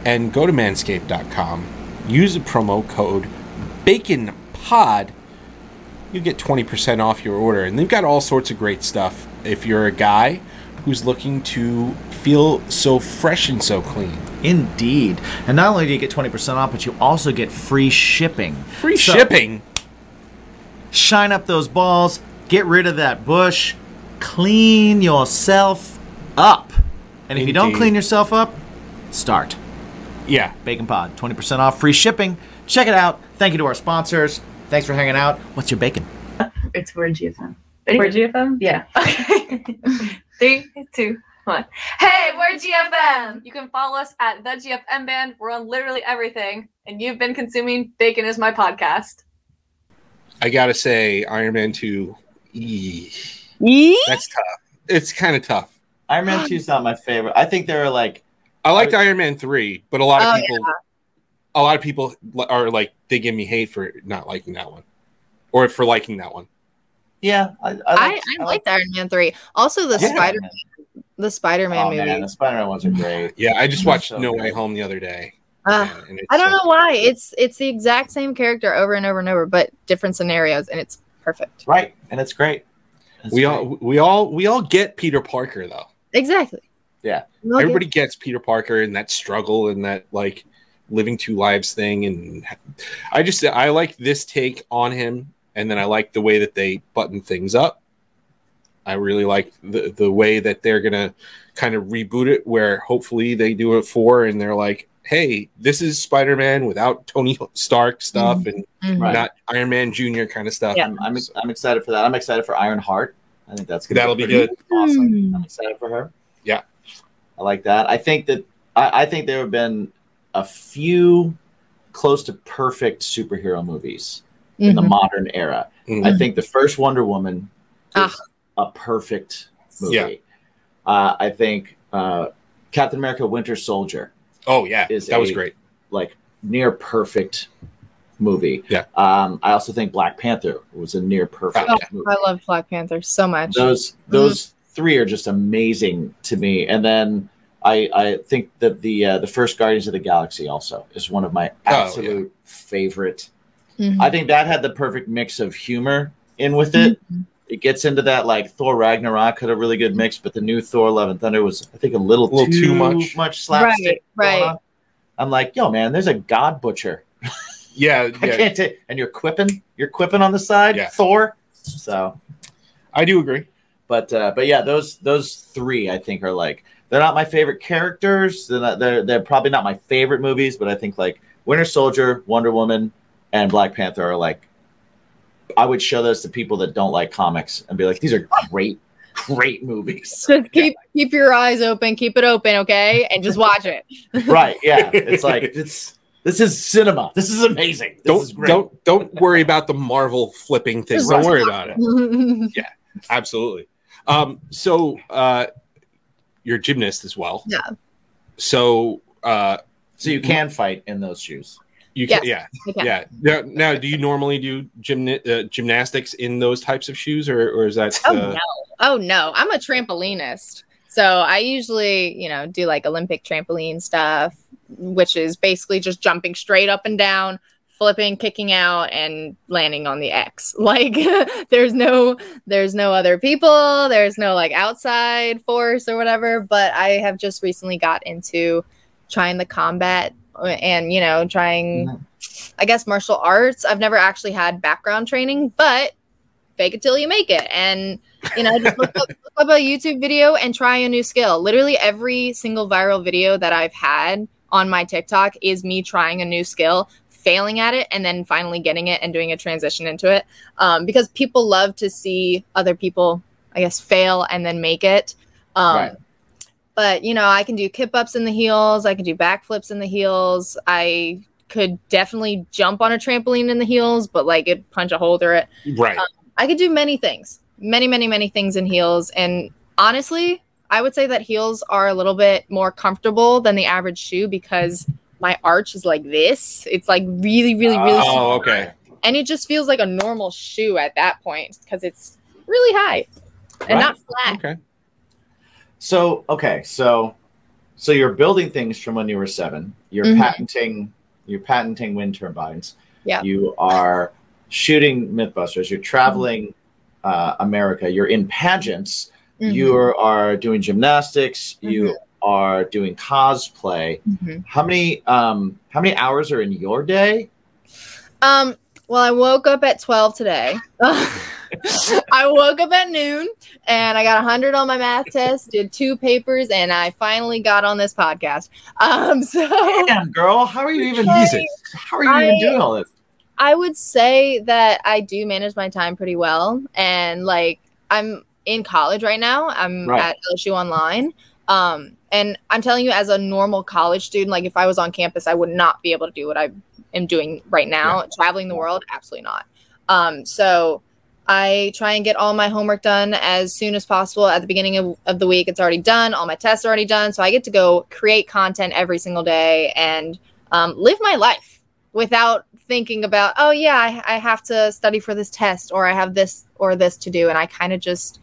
Speaker 1: and go to manscaped.com. Use the promo code BACONPOD. You get 20% off your order. And they've got all sorts of great stuff. If you're a guy who's looking to feel so fresh and so clean,
Speaker 2: Indeed. And not only do you get 20% off, but you also get free shipping.
Speaker 1: free
Speaker 2: So,
Speaker 1: shipping.
Speaker 2: Shine up those balls, get rid of that bush, clean yourself up. And if you don't
Speaker 1: Indeed.
Speaker 2: clean yourself up, start.
Speaker 1: Yeah.
Speaker 2: Bacon Pod, 20% off, free shipping. Check it out. Thank you to our sponsors. Thanks for hanging out. What's your bacon?
Speaker 6: It's word GFM.
Speaker 7: Where'd you from?
Speaker 6: Yeah.
Speaker 7: Okay. Three, two, one. Hey, we're GFM. You can follow us at the GFM Band. We're on literally everything, and you've been consuming Bacon is my podcast.
Speaker 1: I gotta say, Iron Man Two, eee, that's tough. It's kind of tough.
Speaker 2: Iron Man 2 is not my favorite. I think there are like,
Speaker 1: I liked Iron Man Three, but a lot of
Speaker 4: Oh,
Speaker 1: people, a lot of people li- are like they give me hate for not liking that one, or for liking that one.
Speaker 2: yeah, I, I,
Speaker 4: I, I liked Iron Man three. Also the
Speaker 1: Yeah.
Speaker 4: Spider the Spider Man movie.
Speaker 2: the Spider Oh, Man ones are great.
Speaker 1: Yeah, I just watched
Speaker 2: So
Speaker 1: No
Speaker 2: good.
Speaker 1: Way Home the other day.
Speaker 4: Ugh.
Speaker 1: and- and it's
Speaker 4: Uh, I don't
Speaker 1: so-
Speaker 4: know why. It's it's the exact same character over and over and over, but different scenarios, and it's perfect.
Speaker 2: Right. And it's great. It's
Speaker 1: We
Speaker 2: great.
Speaker 1: all, we all, we all get Peter Parker though.
Speaker 4: Exactly.
Speaker 2: Yeah.
Speaker 4: No, dude.
Speaker 1: Everybody gets Peter Parker and that struggle and that like living two lives thing. And I just I like this take on him, and then I like the way that they button things up. I really like the the way that they're gonna kind of reboot it, where hopefully they do it four, and they're like, hey, this is Spider Man without Tony Stark stuff and
Speaker 4: Mhm.
Speaker 2: Right.
Speaker 1: not Iron Man Jr. kind of stuff.
Speaker 4: Yeah.
Speaker 2: I'm, I'm, I'm excited for that. I'm excited for Iron Heart. I think that's gonna
Speaker 1: That'll be
Speaker 2: pretty
Speaker 1: good.
Speaker 2: Awesome.
Speaker 4: Hmm.
Speaker 2: I'm excited for her.
Speaker 1: Yeah.
Speaker 2: I like that. I think that I, I think there have been a few close to perfect superhero movies in the
Speaker 4: Mhm.
Speaker 2: modern era.
Speaker 1: Mhm.
Speaker 2: I think the first Wonder Woman
Speaker 4: Ah.
Speaker 2: is a perfect movie.
Speaker 1: Yeah.
Speaker 2: Uh, I think uh, Captain America: Winter Soldier
Speaker 1: Oh yeah,
Speaker 2: Is
Speaker 1: that was
Speaker 2: a-
Speaker 1: great.
Speaker 2: like near perfect movie.
Speaker 1: Yeah.
Speaker 2: Um, I also think Black Panther was a near perfect
Speaker 1: Oh,
Speaker 2: movie.
Speaker 4: I love Black Panther so much.
Speaker 2: Those those
Speaker 4: mm-hmm.
Speaker 2: three are just amazing to me. And then I I think that the uh, the first Guardians of the Galaxy also is one of my
Speaker 1: Oh, yeah.
Speaker 2: absolute favorite.
Speaker 4: Mhm.
Speaker 2: I think that had the perfect mix of humor in with it.
Speaker 4: Mm-hmm.
Speaker 2: It gets into that like Thor Ragnarok had a really good mix, but the new Thor Love and Thunder was I think a little,
Speaker 1: little too much.
Speaker 2: much slapstick.
Speaker 4: Right,
Speaker 2: going
Speaker 4: right.
Speaker 2: on. I'm like, yo, man, there's a god butcher
Speaker 1: Yeah,
Speaker 2: I
Speaker 1: yeah,
Speaker 2: can't take. And you're quipping, you're quipping on the side,
Speaker 1: Yeah.
Speaker 2: Thor. So,
Speaker 1: I do agree.
Speaker 2: but uh, but yeah, those those three I think are like they're not my favorite characters. They're not, they're they're probably not my favorite movies, but I think like Winter Soldier, Wonder Woman, and Black Panther are like. I would show those to people that don't like comics and be like, these are great, great movies.
Speaker 4: Just keep keep your eyes open, keep it open, okay, and just watch it.
Speaker 2: right? Yeah, it's like it's this is cinema. This is amazing. This is
Speaker 1: Don't
Speaker 2: great.
Speaker 1: don't don't worry about the Marvel flipping thing.
Speaker 4: Just
Speaker 1: Don't
Speaker 4: watch
Speaker 1: worry about it. Absolutely. Um, so uh, you're a gymnast as well.
Speaker 4: Yeah.
Speaker 1: So uh,
Speaker 2: So you can fight in those shoes.
Speaker 1: you
Speaker 4: Yes,
Speaker 1: can, yeah,
Speaker 4: I can.
Speaker 1: yeah. Now, now, do you normally do gymna- uh, gymnastics in those types of shoes, or, or is that?
Speaker 4: Oh
Speaker 1: uh,
Speaker 4: no! Oh no! I'm a trampolinist, so I usually, you know, do like Olympic trampoline stuff, which is basically just jumping straight up and down, flipping, kicking out, and landing on the X. Like there's no, there's no other people, there's no like outside force or whatever. But I have just recently got into trying the combat and you know trying i guess martial arts i've never actually had background training but fake it till you make it. And you know, just look up, look up a YouTube video and try a new skill. Literally every single viral video that I've had on my TikTok is me trying a new skill, failing at it, and then finally getting it and doing a transition into it. Um, because people love to see other people, I guess, fail and then make it. Um,
Speaker 2: Right.
Speaker 4: But you know, I can do kip ups in the heels. I can do backflips in the heels. I could definitely jump on a trampoline in the heels, but like it punch a hole through it.
Speaker 1: Right.
Speaker 4: I could do many things, many, many, many things in heels. And honestly, I would say that heels are a little bit more comfortable than the average shoe because my arch is like this. It's like really, really, really,
Speaker 1: oh, okay.
Speaker 4: and it just feels like a normal shoe at that point because it's really high and not flat.
Speaker 1: Okay.
Speaker 2: So okay, so so you're building things from when you were seven. You're
Speaker 4: Mhm.
Speaker 2: patenting you're patenting wind turbines.
Speaker 4: Yeah.
Speaker 2: You are shooting MythBusters. You're traveling uh,
Speaker 4: Mm-hmm.
Speaker 2: America. You're in pageants.
Speaker 4: Mhm.
Speaker 2: You are doing gymnastics.
Speaker 4: Mm-hmm.
Speaker 2: You are doing cosplay.
Speaker 4: Mhm.
Speaker 2: How many um how many hours are in your day?
Speaker 4: Um. Well, I woke up at twelve today. I woke up at noon and I got 100 on my math test, did two papers, and I finally got on this podcast. Um, so
Speaker 2: Damn, girl, how are you even
Speaker 4: Jesus.
Speaker 2: How are you even
Speaker 4: I-
Speaker 2: doing all this?
Speaker 4: I would say that I do manage my time pretty well, and like I'm in college right now. I'm
Speaker 2: Right.
Speaker 4: at LSU online, um, and I'm telling you, as a normal college student, like if I was on campus, I would not be able to do what I am doing right now, traveling the world. Absolutely not. Um, so I try and get all my homework done as soon as possible at the beginning of, of the week. It's already done. All my tests are already done. So I get to go create content every single day and um, live my life without thinking about, oh, yeah, I, I have to study for this test or I have this or this to do. And I kind of just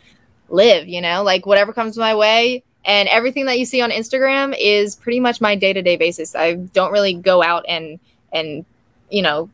Speaker 4: live, you know, like whatever comes my way. And everything that you see on Instagram is pretty much my day to day basis. I don't really go out and, and, you know,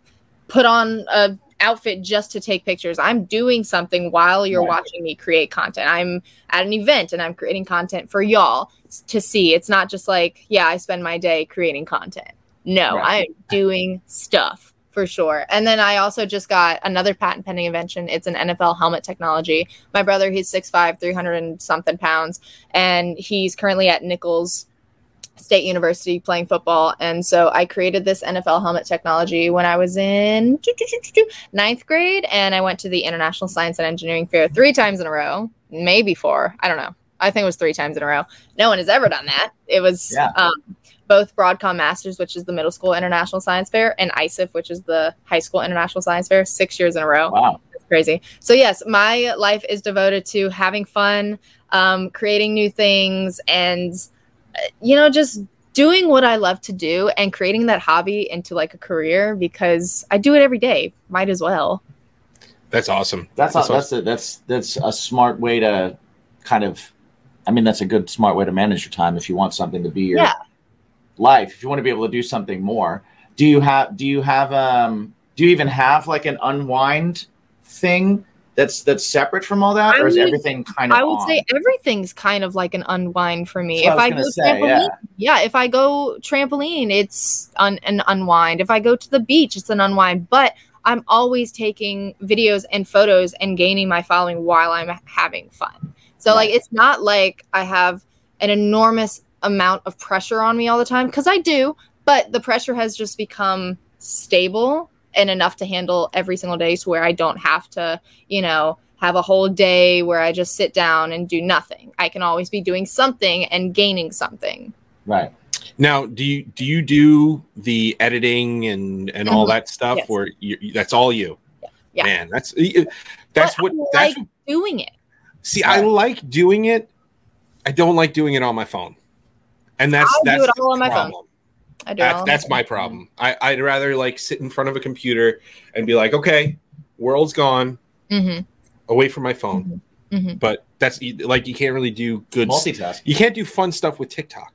Speaker 4: put on a outfit just to take pictures. I'm doing something while you're
Speaker 2: Right.
Speaker 4: watching me create content. I'm at an event and I'm creating content for y'all s- to see. It's not just like, yeah, I spend my day creating content. No,
Speaker 2: Right.
Speaker 4: I'm doing stuff for sure. And then I also just got another patent pending invention. It's an NFL helmet technology. My brother, he's 6'5, 300 and something pounds, and he's currently at Nichols State University playing football. And so I created this NFL helmet technology when I was in ninth grade. And I went to the International Science and Engineering Fair three times in a row, maybe four. I don't know. I think it was three times in a row. No one has ever done that. It was
Speaker 2: Yeah.
Speaker 4: um, both Broadcom Masters, which is the middle school international science fair, and ISIF, which is the high school international science fair, six years in a row.
Speaker 2: Wow.
Speaker 4: It's crazy. So yes, my life is devoted to having fun, um, creating new things, and uh, you know, just doing what I love to do and creating that hobby into like a career because I do it every day. Might as well.
Speaker 1: That's awesome.
Speaker 2: That's a,
Speaker 1: awesome.
Speaker 2: that's a, that's that's a smart way to kind of. I mean, that's a good smart way to manage your time if you want something to be your
Speaker 4: Yeah.
Speaker 2: life. If you want to be able to do something more, do you have do you have um do you even have like an unwind thing that's that's separate from all that,
Speaker 4: I
Speaker 2: or is
Speaker 4: would-
Speaker 2: everything kind of?
Speaker 4: I would
Speaker 2: on?
Speaker 4: say everything's kind of like an unwind for me.
Speaker 2: That's
Speaker 4: if
Speaker 2: what
Speaker 4: I,
Speaker 2: I
Speaker 4: go
Speaker 2: was gonna say,
Speaker 4: trampoline, yeah. if I go trampoline, it's un- an unwind. If I go to the beach, it's an unwind. But I'm always taking videos and photos and gaining my following while I'm having fun. So like it's not like I have an enormous amount of pressure on me all the time because I do, but the pressure has just become stable and enough to handle every single day to where I don't have to, you know, have a whole day where I just sit down and do nothing. I can always be doing something and gaining something.
Speaker 2: right.
Speaker 1: Now, do you do you do the editing and and all
Speaker 4: Mhm.
Speaker 1: that stuff,
Speaker 4: Yes.
Speaker 1: where you, you- that's all you?
Speaker 4: Yeah.
Speaker 1: Man, that's that's
Speaker 4: But
Speaker 1: what
Speaker 4: I
Speaker 1: that's.
Speaker 4: like doing it.
Speaker 1: See, I like doing it. I don't like doing it on my phone, and that's
Speaker 4: I do
Speaker 1: that's
Speaker 4: it
Speaker 1: the
Speaker 4: all on my phone.
Speaker 1: problem.
Speaker 4: I do it
Speaker 1: That's
Speaker 4: all.
Speaker 1: that's my problem. I, I'd rather like sit in front of a computer and be like, okay, world's gone
Speaker 4: Mhm.
Speaker 1: away from my phone.
Speaker 4: Mhm.
Speaker 1: But that's e, like you can't really do good. s-
Speaker 2: Multitask?
Speaker 1: You can't do fun stuff with TikTok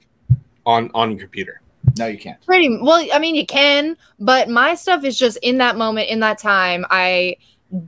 Speaker 1: on on your computer.
Speaker 2: No, you can't.
Speaker 4: Pretty well, I mean, you can, but my stuff is just in that moment, in that time. I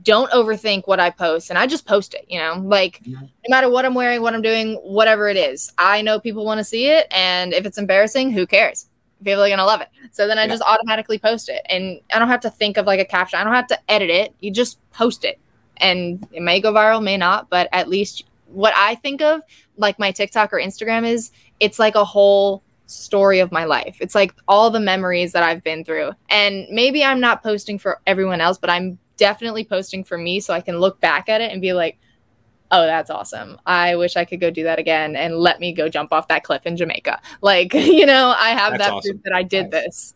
Speaker 4: don't overthink what I post and I just post it, you know, like
Speaker 2: Mhm.
Speaker 4: no matter what I'm wearing, what I'm doing, whatever it is, I know people want to see it. And if it's embarrassing, who cares? People are going to love it. So then I
Speaker 2: Yeah.
Speaker 4: just automatically post it and I don't have to think of like a caption. I don't have to edit it. You just post it and it may go viral, may not, but at least what I think of, like my TikTok or Instagram is, it's like a whole story of my life. It's like all the memories that I've been through. And maybe I'm not posting for everyone else, but I'm definitely posting for me so I can look back at it and be like, oh, that's awesome. I wish I could go do that again and let me go jump off that cliff in Jamaica. Like, you know, I have
Speaker 1: That's
Speaker 4: that
Speaker 1: awesome.
Speaker 4: proof that I did
Speaker 2: Nice.
Speaker 4: this.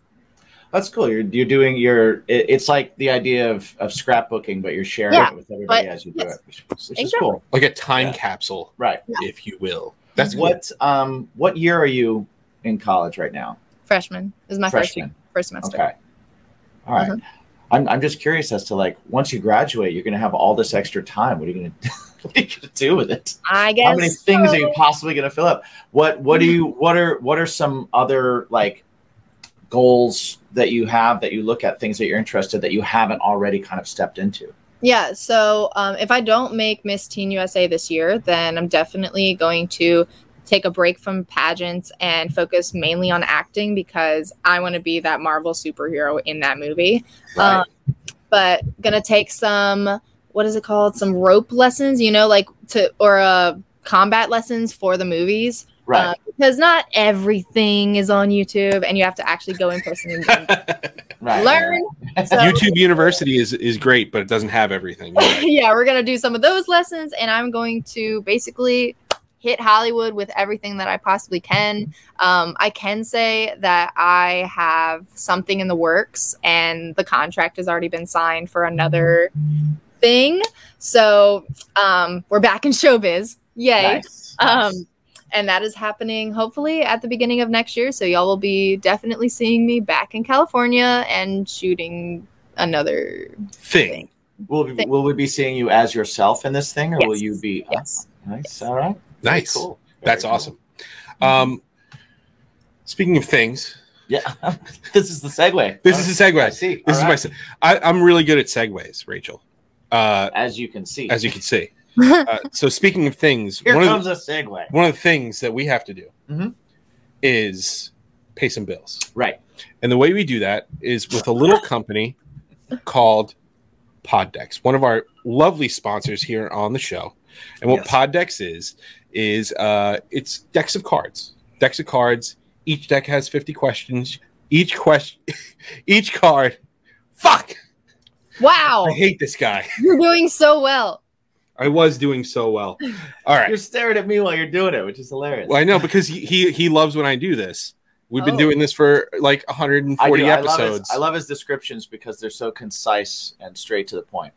Speaker 2: That's cool. You're you're doing your. It, it's like the idea of of scrapbooking, but you're sharing
Speaker 4: Yeah,
Speaker 2: it with everybody
Speaker 4: but-
Speaker 2: as you do
Speaker 4: yes.
Speaker 2: it, which, which is
Speaker 4: Exactly.
Speaker 2: cool.
Speaker 1: like a time
Speaker 2: Yeah.
Speaker 1: capsule,
Speaker 2: Right.
Speaker 1: if you will. That's what
Speaker 2: what um what year are you in college right now?
Speaker 4: Freshman Uh-huh. is my first year,
Speaker 2: Freshman.
Speaker 4: first semester.
Speaker 2: Okay. All right. I'm I'm just curious as to like once you graduate, you're gonna have all this extra time. What are you gonna what are you gonna do with it?
Speaker 4: I guess.
Speaker 2: How many things are
Speaker 4: so.
Speaker 2: you possibly gonna fill up? What what do you what are what are some other like goals that you have that you look at things that you're interested that you haven't already kind of stepped into?
Speaker 4: Yeah, so um, if I don't make Miss Teen USA this year, then I'm definitely going to take a break from pageants and focus mainly on acting because I want to be that Marvel superhero in that movie.
Speaker 2: Right.
Speaker 4: Um, but gonna take some what is it called? Some rope lessons, you know, like to or uh, combat lessons for the movies
Speaker 2: right.
Speaker 4: uh, because not everything is on YouTube, and you have to actually go in person and
Speaker 2: right.
Speaker 4: learn. So-
Speaker 1: YouTube University is is great, but it doesn't have everything. You're right.
Speaker 4: yeah, we're gonna do some of those lessons, and I'm going to basically hit Hollywood with everything that I possibly can. Um, I can say that I have something in the works, and the contract has already been signed for another thing. So um, we're back in showbiz, yay!
Speaker 2: Nice.
Speaker 4: Um, and that is happening hopefully at the beginning of next year. So y'all will be definitely seeing me back in California and shooting another
Speaker 1: Thing.
Speaker 2: will we, will we be seeing you as yourself in this thing or will
Speaker 4: Yes.
Speaker 2: you be
Speaker 4: Yes.
Speaker 2: nice all right Very
Speaker 1: Nice.
Speaker 2: cool. Very
Speaker 1: That's
Speaker 2: cool.
Speaker 1: awesome. Um, speaking of things,
Speaker 2: Yeah, this is the segue.
Speaker 1: this is a
Speaker 2: I
Speaker 1: segue.
Speaker 2: see.
Speaker 1: This
Speaker 2: All right.
Speaker 1: is my. se- I, I'm really good at segues, Rachel. Uh,
Speaker 2: as you can see.
Speaker 1: as you can see. Uh, so speaking of things,
Speaker 2: Here
Speaker 1: one of,
Speaker 2: comes
Speaker 1: the,
Speaker 2: a segue.
Speaker 1: one of the things that we have to do
Speaker 2: Mhm.
Speaker 1: is pay some bills,
Speaker 2: Right.
Speaker 1: and the way we do that is with a little company called Poddex, one of our lovely sponsors here on the show. And what
Speaker 2: Yes.
Speaker 1: Poddex is is uh, it's decks of cards, decks of cards Each deck has 50 questions. Each question, each card. Fuck!
Speaker 4: Wow,
Speaker 2: Oh.
Speaker 1: I hate this guy.
Speaker 4: you're doing so well.
Speaker 1: I was doing so well. All right.
Speaker 2: You're staring at me while you're doing it, which is hilarious.
Speaker 1: Well, I know because he, he he loves when I do this. We've been
Speaker 4: Oh.
Speaker 1: doing this for like 140
Speaker 2: I do. I love,
Speaker 1: episodes.
Speaker 2: his, I love his descriptions because they're so concise and straight to the point.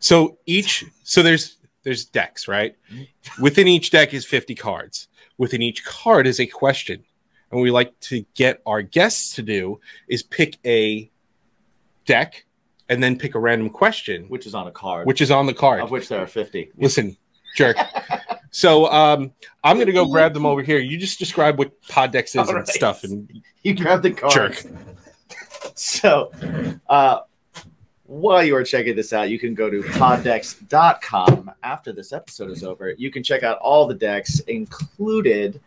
Speaker 1: so each so there's there's decks, right?
Speaker 2: Mm-hmm.
Speaker 1: Within each deck is 50 cards. Within each card is a question. And what we like to get our guests to do is pick a deck and then pick a random question
Speaker 2: Which is on a card,
Speaker 1: which is on the card.
Speaker 2: of which there are fifty.
Speaker 1: Listen, jerk. So um, I'm gonna go grab them over here. You just describe what pod decks is
Speaker 2: All
Speaker 1: and
Speaker 2: right.
Speaker 1: stuff and
Speaker 2: You grab the card.
Speaker 1: jerk.
Speaker 2: So, uh, while you are checking this out, you can go to poddex.com after this episode is over. You can check out all the decks included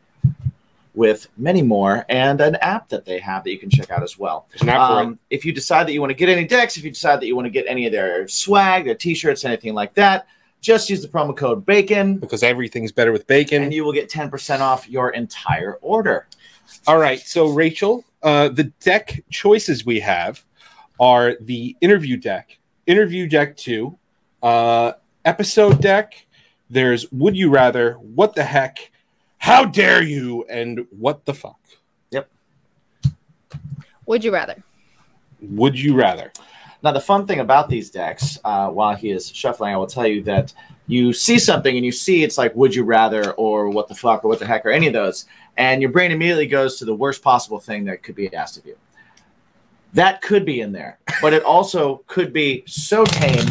Speaker 2: with many more and an app that they have that you can check out as well.
Speaker 1: There's an app for it.
Speaker 2: Um, if you decide that you want to get any decks, if you decide that you want to get any of their swag, their t shirts, anything like that, just use the promo code BACON
Speaker 1: because everything's better with bacon.
Speaker 2: and you will get 10% off your entire order.
Speaker 1: All right, so Rachel, uh, the deck choices we have are the interview deck, interview deck two, uh, episode deck. There's would you rather, what the heck, how dare you, and what the fuck.
Speaker 4: Would you rather?
Speaker 1: Would you rather?
Speaker 2: Now, the fun thing about these decks, uh, while he is shuffling, I will tell you that you see something and you see it's like, would you rather, or what the fuck, or what the heck, or any of those. And your brain immediately goes to the worst possible thing that could be asked of you. That could be in there, but it also could be so tame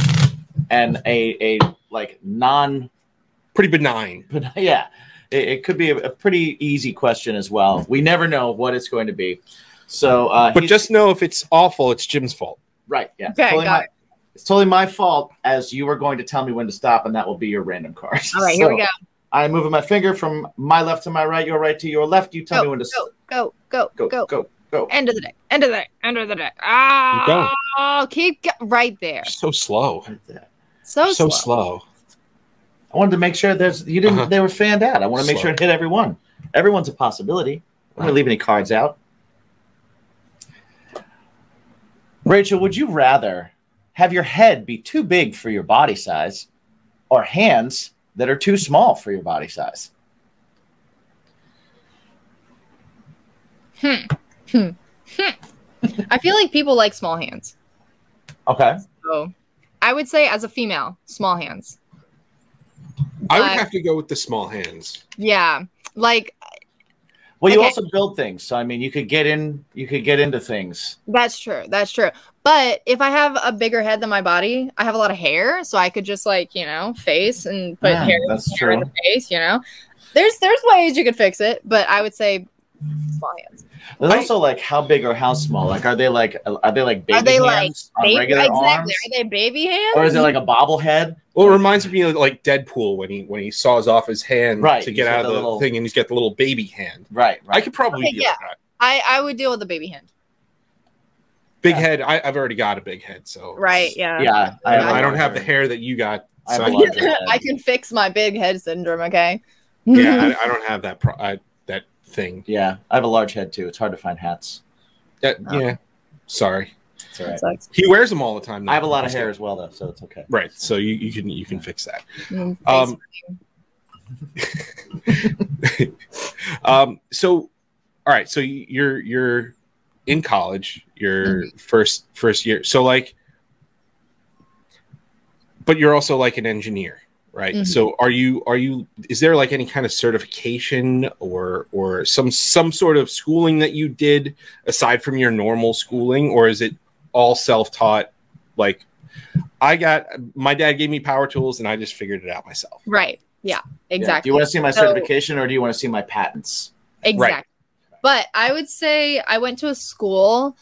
Speaker 2: and a, a like non,
Speaker 1: Pretty benign.
Speaker 2: yeah, it, it could be a, a pretty easy question as well. We never know what it's going to be. So, uh,
Speaker 1: But
Speaker 2: he's-
Speaker 1: just know if it's awful, it's Jim's fault.
Speaker 2: Right. Yeah.
Speaker 4: Okay,
Speaker 2: totally
Speaker 4: got
Speaker 2: my, It's totally my fault, as you are going to tell me when to stop, and that will be your random card.
Speaker 4: All right, here we
Speaker 2: So,
Speaker 4: go.
Speaker 2: I am moving my finger from my left to my right, your right to your left. You tell me
Speaker 4: Go,
Speaker 2: when to
Speaker 4: go, go,
Speaker 2: go,
Speaker 4: go, go,
Speaker 2: go, go, go.
Speaker 4: End of the deck. End of the deck. End of the deck. Ah, keep go- right there.
Speaker 1: So slow.
Speaker 2: Like that.
Speaker 4: So,
Speaker 1: so
Speaker 4: slow.
Speaker 1: slow.
Speaker 2: I wanted to make sure there's you didn't
Speaker 1: Uh-huh.
Speaker 2: they were fanned out. I want to make
Speaker 1: Slow.
Speaker 2: sure it hit everyone. Everyone's a possibility. I'm gonna leave any cards out. Rachel, would you rather have your head be too big for your body size or hands that are too small for your body size?
Speaker 4: I feel like people like small hands.
Speaker 2: Okay.
Speaker 4: So I would say, as a female, small hands.
Speaker 1: I would
Speaker 4: Uh,
Speaker 1: have to go with the small hands.
Speaker 4: Yeah. Like,
Speaker 2: Well, you
Speaker 4: Okay.
Speaker 2: also build things, so I mean, you could get in, you could get into things.
Speaker 4: that's true. That's true. But if I have a bigger head than my body, I have a lot of hair. So I could just, like, you know, face and put
Speaker 2: Yeah,
Speaker 4: hair,
Speaker 2: that's
Speaker 4: hair in
Speaker 2: true.
Speaker 4: the face, you know? There's, there's ways you could fix it, but I would say small hands.
Speaker 2: There's
Speaker 1: I-
Speaker 2: also like how big or how small. Like, are they like are they like baby
Speaker 4: Are they like
Speaker 2: hands on
Speaker 4: baby,
Speaker 2: regular
Speaker 4: exactly.
Speaker 2: arms,
Speaker 4: Are they baby hands?
Speaker 2: or is it like a bobblehead?
Speaker 1: Well, it reminds me of like Deadpool when he when he saws off his hand
Speaker 2: Right,
Speaker 1: to
Speaker 2: he's
Speaker 1: get
Speaker 2: got
Speaker 1: out
Speaker 2: the
Speaker 1: of the
Speaker 2: little-
Speaker 1: thing, and he's got the little baby hand.
Speaker 2: Right, right.
Speaker 1: I could probably
Speaker 4: Okay,
Speaker 1: deal
Speaker 4: yeah.
Speaker 1: with that.
Speaker 4: I, I would deal with the baby hand.
Speaker 1: Big head. I, I've already got a big head, so
Speaker 4: Right. Yeah.
Speaker 2: yeah,
Speaker 1: I,
Speaker 4: Yeah.
Speaker 1: I don't have the hair that you got.
Speaker 2: I
Speaker 1: so
Speaker 2: have a
Speaker 1: I
Speaker 2: lot.
Speaker 1: can't-
Speaker 2: larger head.
Speaker 4: I can fix my big head syndrome, okay?
Speaker 1: yeah, I, I don't have that pro- I, that thing.
Speaker 2: Yeah, I have a large head too. It's hard to find hats.
Speaker 1: That, yeah, sorry.
Speaker 2: That's all right.
Speaker 4: Sucks.
Speaker 1: He wears them all the time.
Speaker 2: I have a lot of hair as well, though, so it's okay.
Speaker 1: Right, so you, you can you can fix that.
Speaker 4: Mm,
Speaker 1: Um, um, so, all right. So you're you're in college, your
Speaker 4: Mm-hmm.
Speaker 1: first first year. So like, but you're also like an engineer, right?
Speaker 4: Mhm.
Speaker 1: So are you are you is there like any kind of certification or or some some sort of schooling that you did aside from your normal schooling, or is it all self taught? Like, I got my dad gave me power tools, and I just figured it out myself.
Speaker 4: Right. Yeah.
Speaker 2: Yeah.
Speaker 4: Exactly.
Speaker 2: Do you want to see my
Speaker 4: So-
Speaker 2: certification, or do you want to see my patents?
Speaker 4: exactly. But I would say I went to a school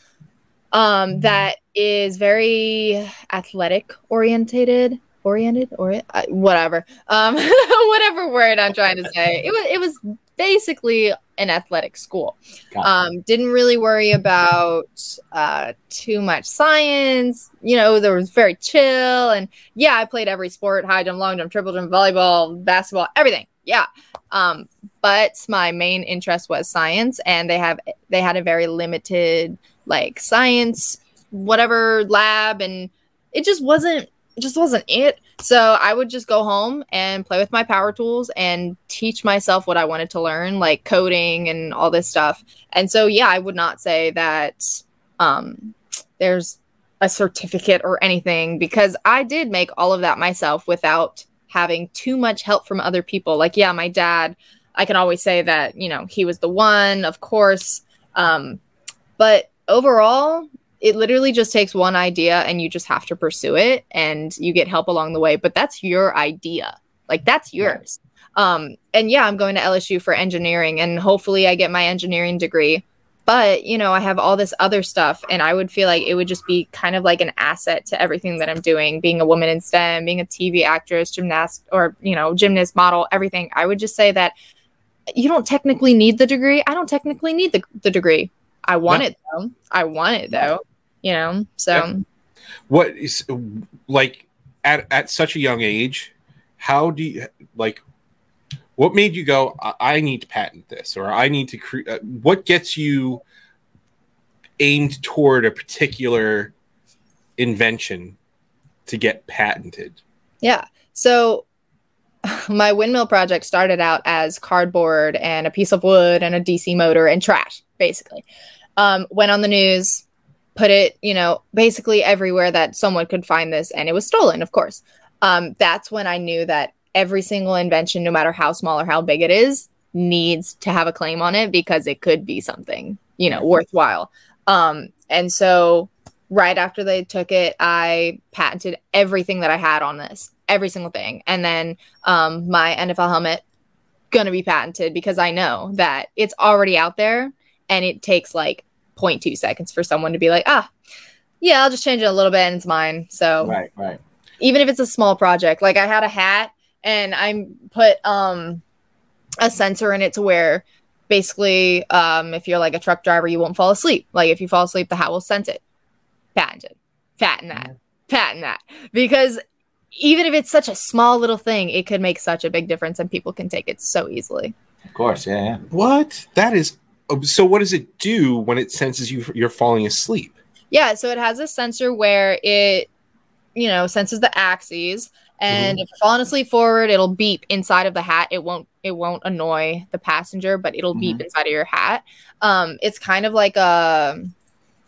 Speaker 4: um, that is very athletic orientated, oriented, or uh, whatever, um, whatever word I'm trying to say. It was it was basically an athletic school.
Speaker 2: Got
Speaker 4: Um, didn't really worry about uh, too much science. You know, there was very chill. And yeah, I played every sport high jump, long jump, triple jump, volleyball, basketball, everything. Yeah. Um, but my main interest was science, and they have they had a very limited like science whatever lab, and it just wasn't it just wasn't it. So I would just go home and play with my power tools and teach myself what I wanted to learn, like coding and all this stuff. And so, yeah, I would not say that um, there's a certificate or anything because I did make all of that myself without having too much help from other people. Like, yeah, my dad, I can always say that, you know, he was the one, of course. Um, but overall, it literally just takes one idea and you just have to pursue it and you get help along the way but that's your idea like that's yours um and yeah i'm going to lsu for engineering and hopefully i get my engineering degree but you know i have all this other stuff and i would feel like it would just be kind of like an asset to everything that i'm doing being a woman in stem being a tv actress gymnast or you know gymnast model everything i would just say that you don't technically need the degree i don't technically need the, the degree i want
Speaker 1: No.
Speaker 4: it though i want it though you know so
Speaker 1: Yeah. what is like at at such a young age how do you like what made you go i, I need to patent this or i need to create what gets you aimed toward a particular invention to get patented
Speaker 4: Yeah. So my windmill project started out as cardboard and a piece of wood and a DC motor and trash, basically. Um, went on the news, put it, you know, basically everywhere that someone could find this, and it was stolen, of course. Um, that's when I knew that every single invention, no matter how small or how big it is, needs to have a claim on it because it could be something, you know, worthwhile. Um, and so right after they took it, I patented everything that I had on this, every single thing. And then um, my NFL helmet gonna be patented because I know that it's already out there and it takes like 0.2 seconds for someone to be like, ah, yeah, I'll just change it a little bit and it's mine. So
Speaker 2: Right, right.
Speaker 4: even if it's a small project like i had a hat and i put um a sensor in it to where basically um if you're like a truck driver you won't fall asleep like if you fall asleep the hat will sense it patented patent that patent that because even if it's such a small little thing it could make such a big difference and people can take it so easily
Speaker 2: Of course, yeah, yeah.
Speaker 1: what that is oh, so what does it do when it senses you you're falling asleep
Speaker 4: Yeah, so it has a sensor where it, you know, senses the axes, and if you're falling asleep forward, it'll beep inside of the hat. It won't it won't annoy the passenger, but it'll beep inside of your hat. Um, it's kind of like a,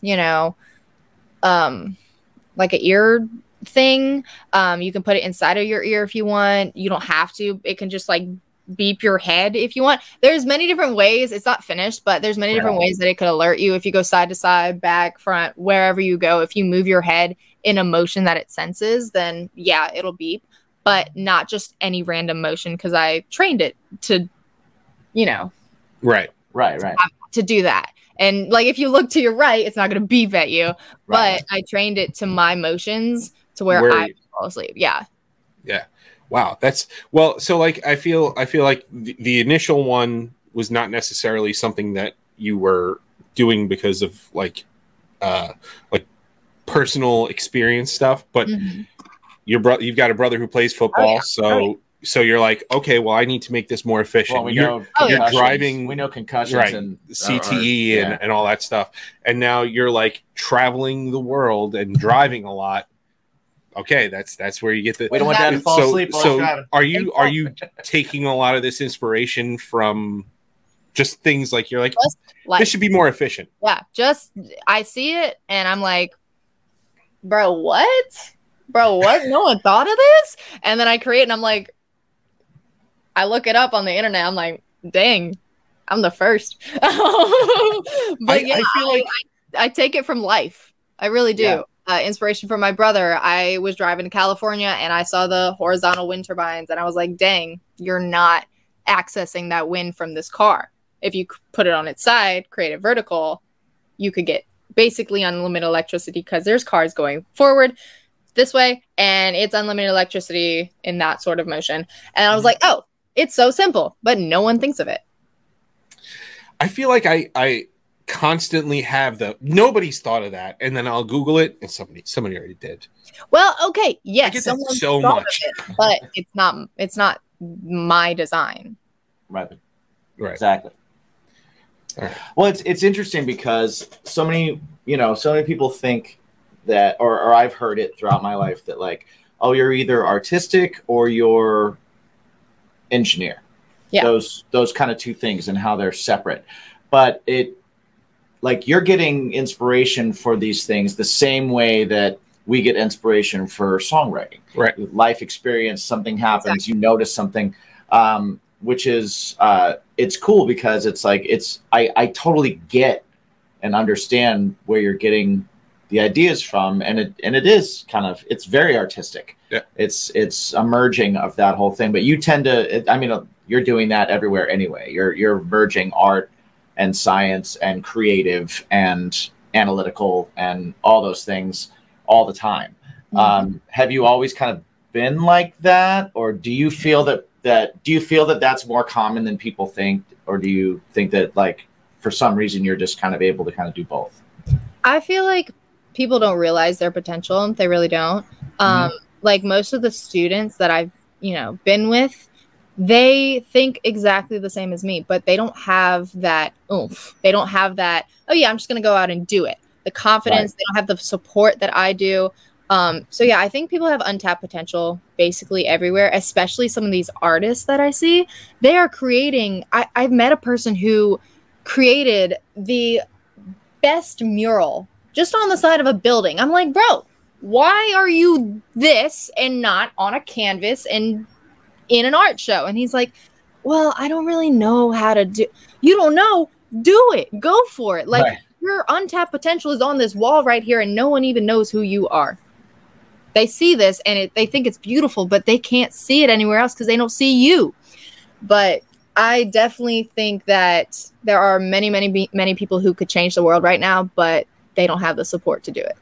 Speaker 4: you know, um, like a ear thing. Um, you can put it inside of your ear if you want. You don't have to. It can just like beep your head if you want. There's many different ways. It's not finished, but there's many different ways that it could alert you if you go side to side, back, front, wherever you go. If you move your head in a motion that it senses, then yeah, it'll beep, but not just any random motion because I trained it to, you know,
Speaker 1: right
Speaker 2: Right, right.
Speaker 4: to do that. And like if you look to your right, it's not going to beep at you,
Speaker 2: Right.
Speaker 4: but I trained it to my motions to where,
Speaker 1: Where-
Speaker 4: I fall asleep. Yeah.
Speaker 1: wow that's well so like i feel i feel like the, the initial one was not necessarily something that you were doing because of like uh like personal experience stuff but
Speaker 4: Mhm.
Speaker 1: your bro- you've got a brother who plays football so so you're like okay well i need to make this more efficient
Speaker 2: Well, we
Speaker 1: You're-
Speaker 2: know
Speaker 4: Oh, yeah.
Speaker 2: concussions-
Speaker 1: driving-
Speaker 2: We know concussions
Speaker 1: right,
Speaker 2: and or- or-
Speaker 1: CTE
Speaker 2: yeah.
Speaker 1: E and, and all that stuff. And now you're like traveling the world and driving a lot. Okay, that's that's where you get the
Speaker 2: We don't want Dad to fall asleep while he's driving.
Speaker 1: are you are you taking a lot of this inspiration from just things like you're like
Speaker 4: Like
Speaker 1: this should be more efficient.
Speaker 4: yeah just i see it and i'm like bro what bro what no one thought of this and then i create and i'm like i look it up on the internet i'm like dang i'm the first but
Speaker 1: I
Speaker 4: yeah
Speaker 1: feel like-
Speaker 4: I, I take it from life i really do
Speaker 2: Yeah.
Speaker 4: uh, inspiration from my brother i was driving to california and i saw the horizontal wind turbines and i was like dang you're not accessing that wind from this car if you c- put it on its side, create a vertical, you could get basically unlimited electricity because there's cars going forward this way and it's unlimited electricity in that sort of motion. And I was like, oh, it's so simple, but no one thinks of it.
Speaker 1: I feel like I I constantly have the nobody's thought of that, and then I'll Google it, and somebody somebody already did.
Speaker 4: Well, okay,
Speaker 1: I get
Speaker 4: yes,
Speaker 1: that
Speaker 4: someone
Speaker 1: so
Speaker 4: thought of
Speaker 1: much.
Speaker 4: it, but it's not it's not my design.
Speaker 2: Right.
Speaker 1: Right.
Speaker 2: Exactly.
Speaker 1: Alright.
Speaker 2: Well, it's it's interesting because so many you know so many people think that, or, or I've heard it throughout my life that like, oh, you're either artistic or you're engineer.
Speaker 4: Yeah.
Speaker 2: Those those kind of two things and how they're separate, but it like you're getting inspiration for these things the same way that we get inspiration for songwriting
Speaker 1: Right.
Speaker 2: life experience something happens you notice something um, which is uh, it's cool because it's like it's I, I totally get and understand where you're getting the ideas from and it and it is kind of it's very artistic
Speaker 1: Yeah.
Speaker 2: it's it's a merging of that whole thing but you tend to it, i mean uh, you're doing that everywhere anyway you're you're merging art and science and creative and analytical and all those things all the time um, have you always kind of been like that or do you feel that that do you feel that that's more common than people think or do you think that like for some reason you're just kind of able to kind of do both
Speaker 4: I feel like people don't realize their potential. They really don't.
Speaker 1: Mm-hmm.
Speaker 4: Um, Like most of the students that I've, you know, been with, they think exactly the same as me, but they don't have that oomph. They don't have that. Oh yeah, I'm just gonna go out and do it. The confidence. They don't have the support that I do. Um, so yeah, I think people have untapped potential basically everywhere, especially some of these artists that I see. They are creating. I, I've met a person who created the best mural just on the side of a building. I'm like, bro, why are you this and not on a canvas and in an art show? And he's like, well, I don't really know how to do. You don't know? Do it. Go for it. Like
Speaker 2: Right.
Speaker 4: your untapped potential is on this wall right here, and no one even knows who you are. They see this and it, they think it's beautiful, but they can't see it anywhere else because they don't see you. But I definitely think that there are many, many, be- many people who could change the world right now, but they don't have the support to do it.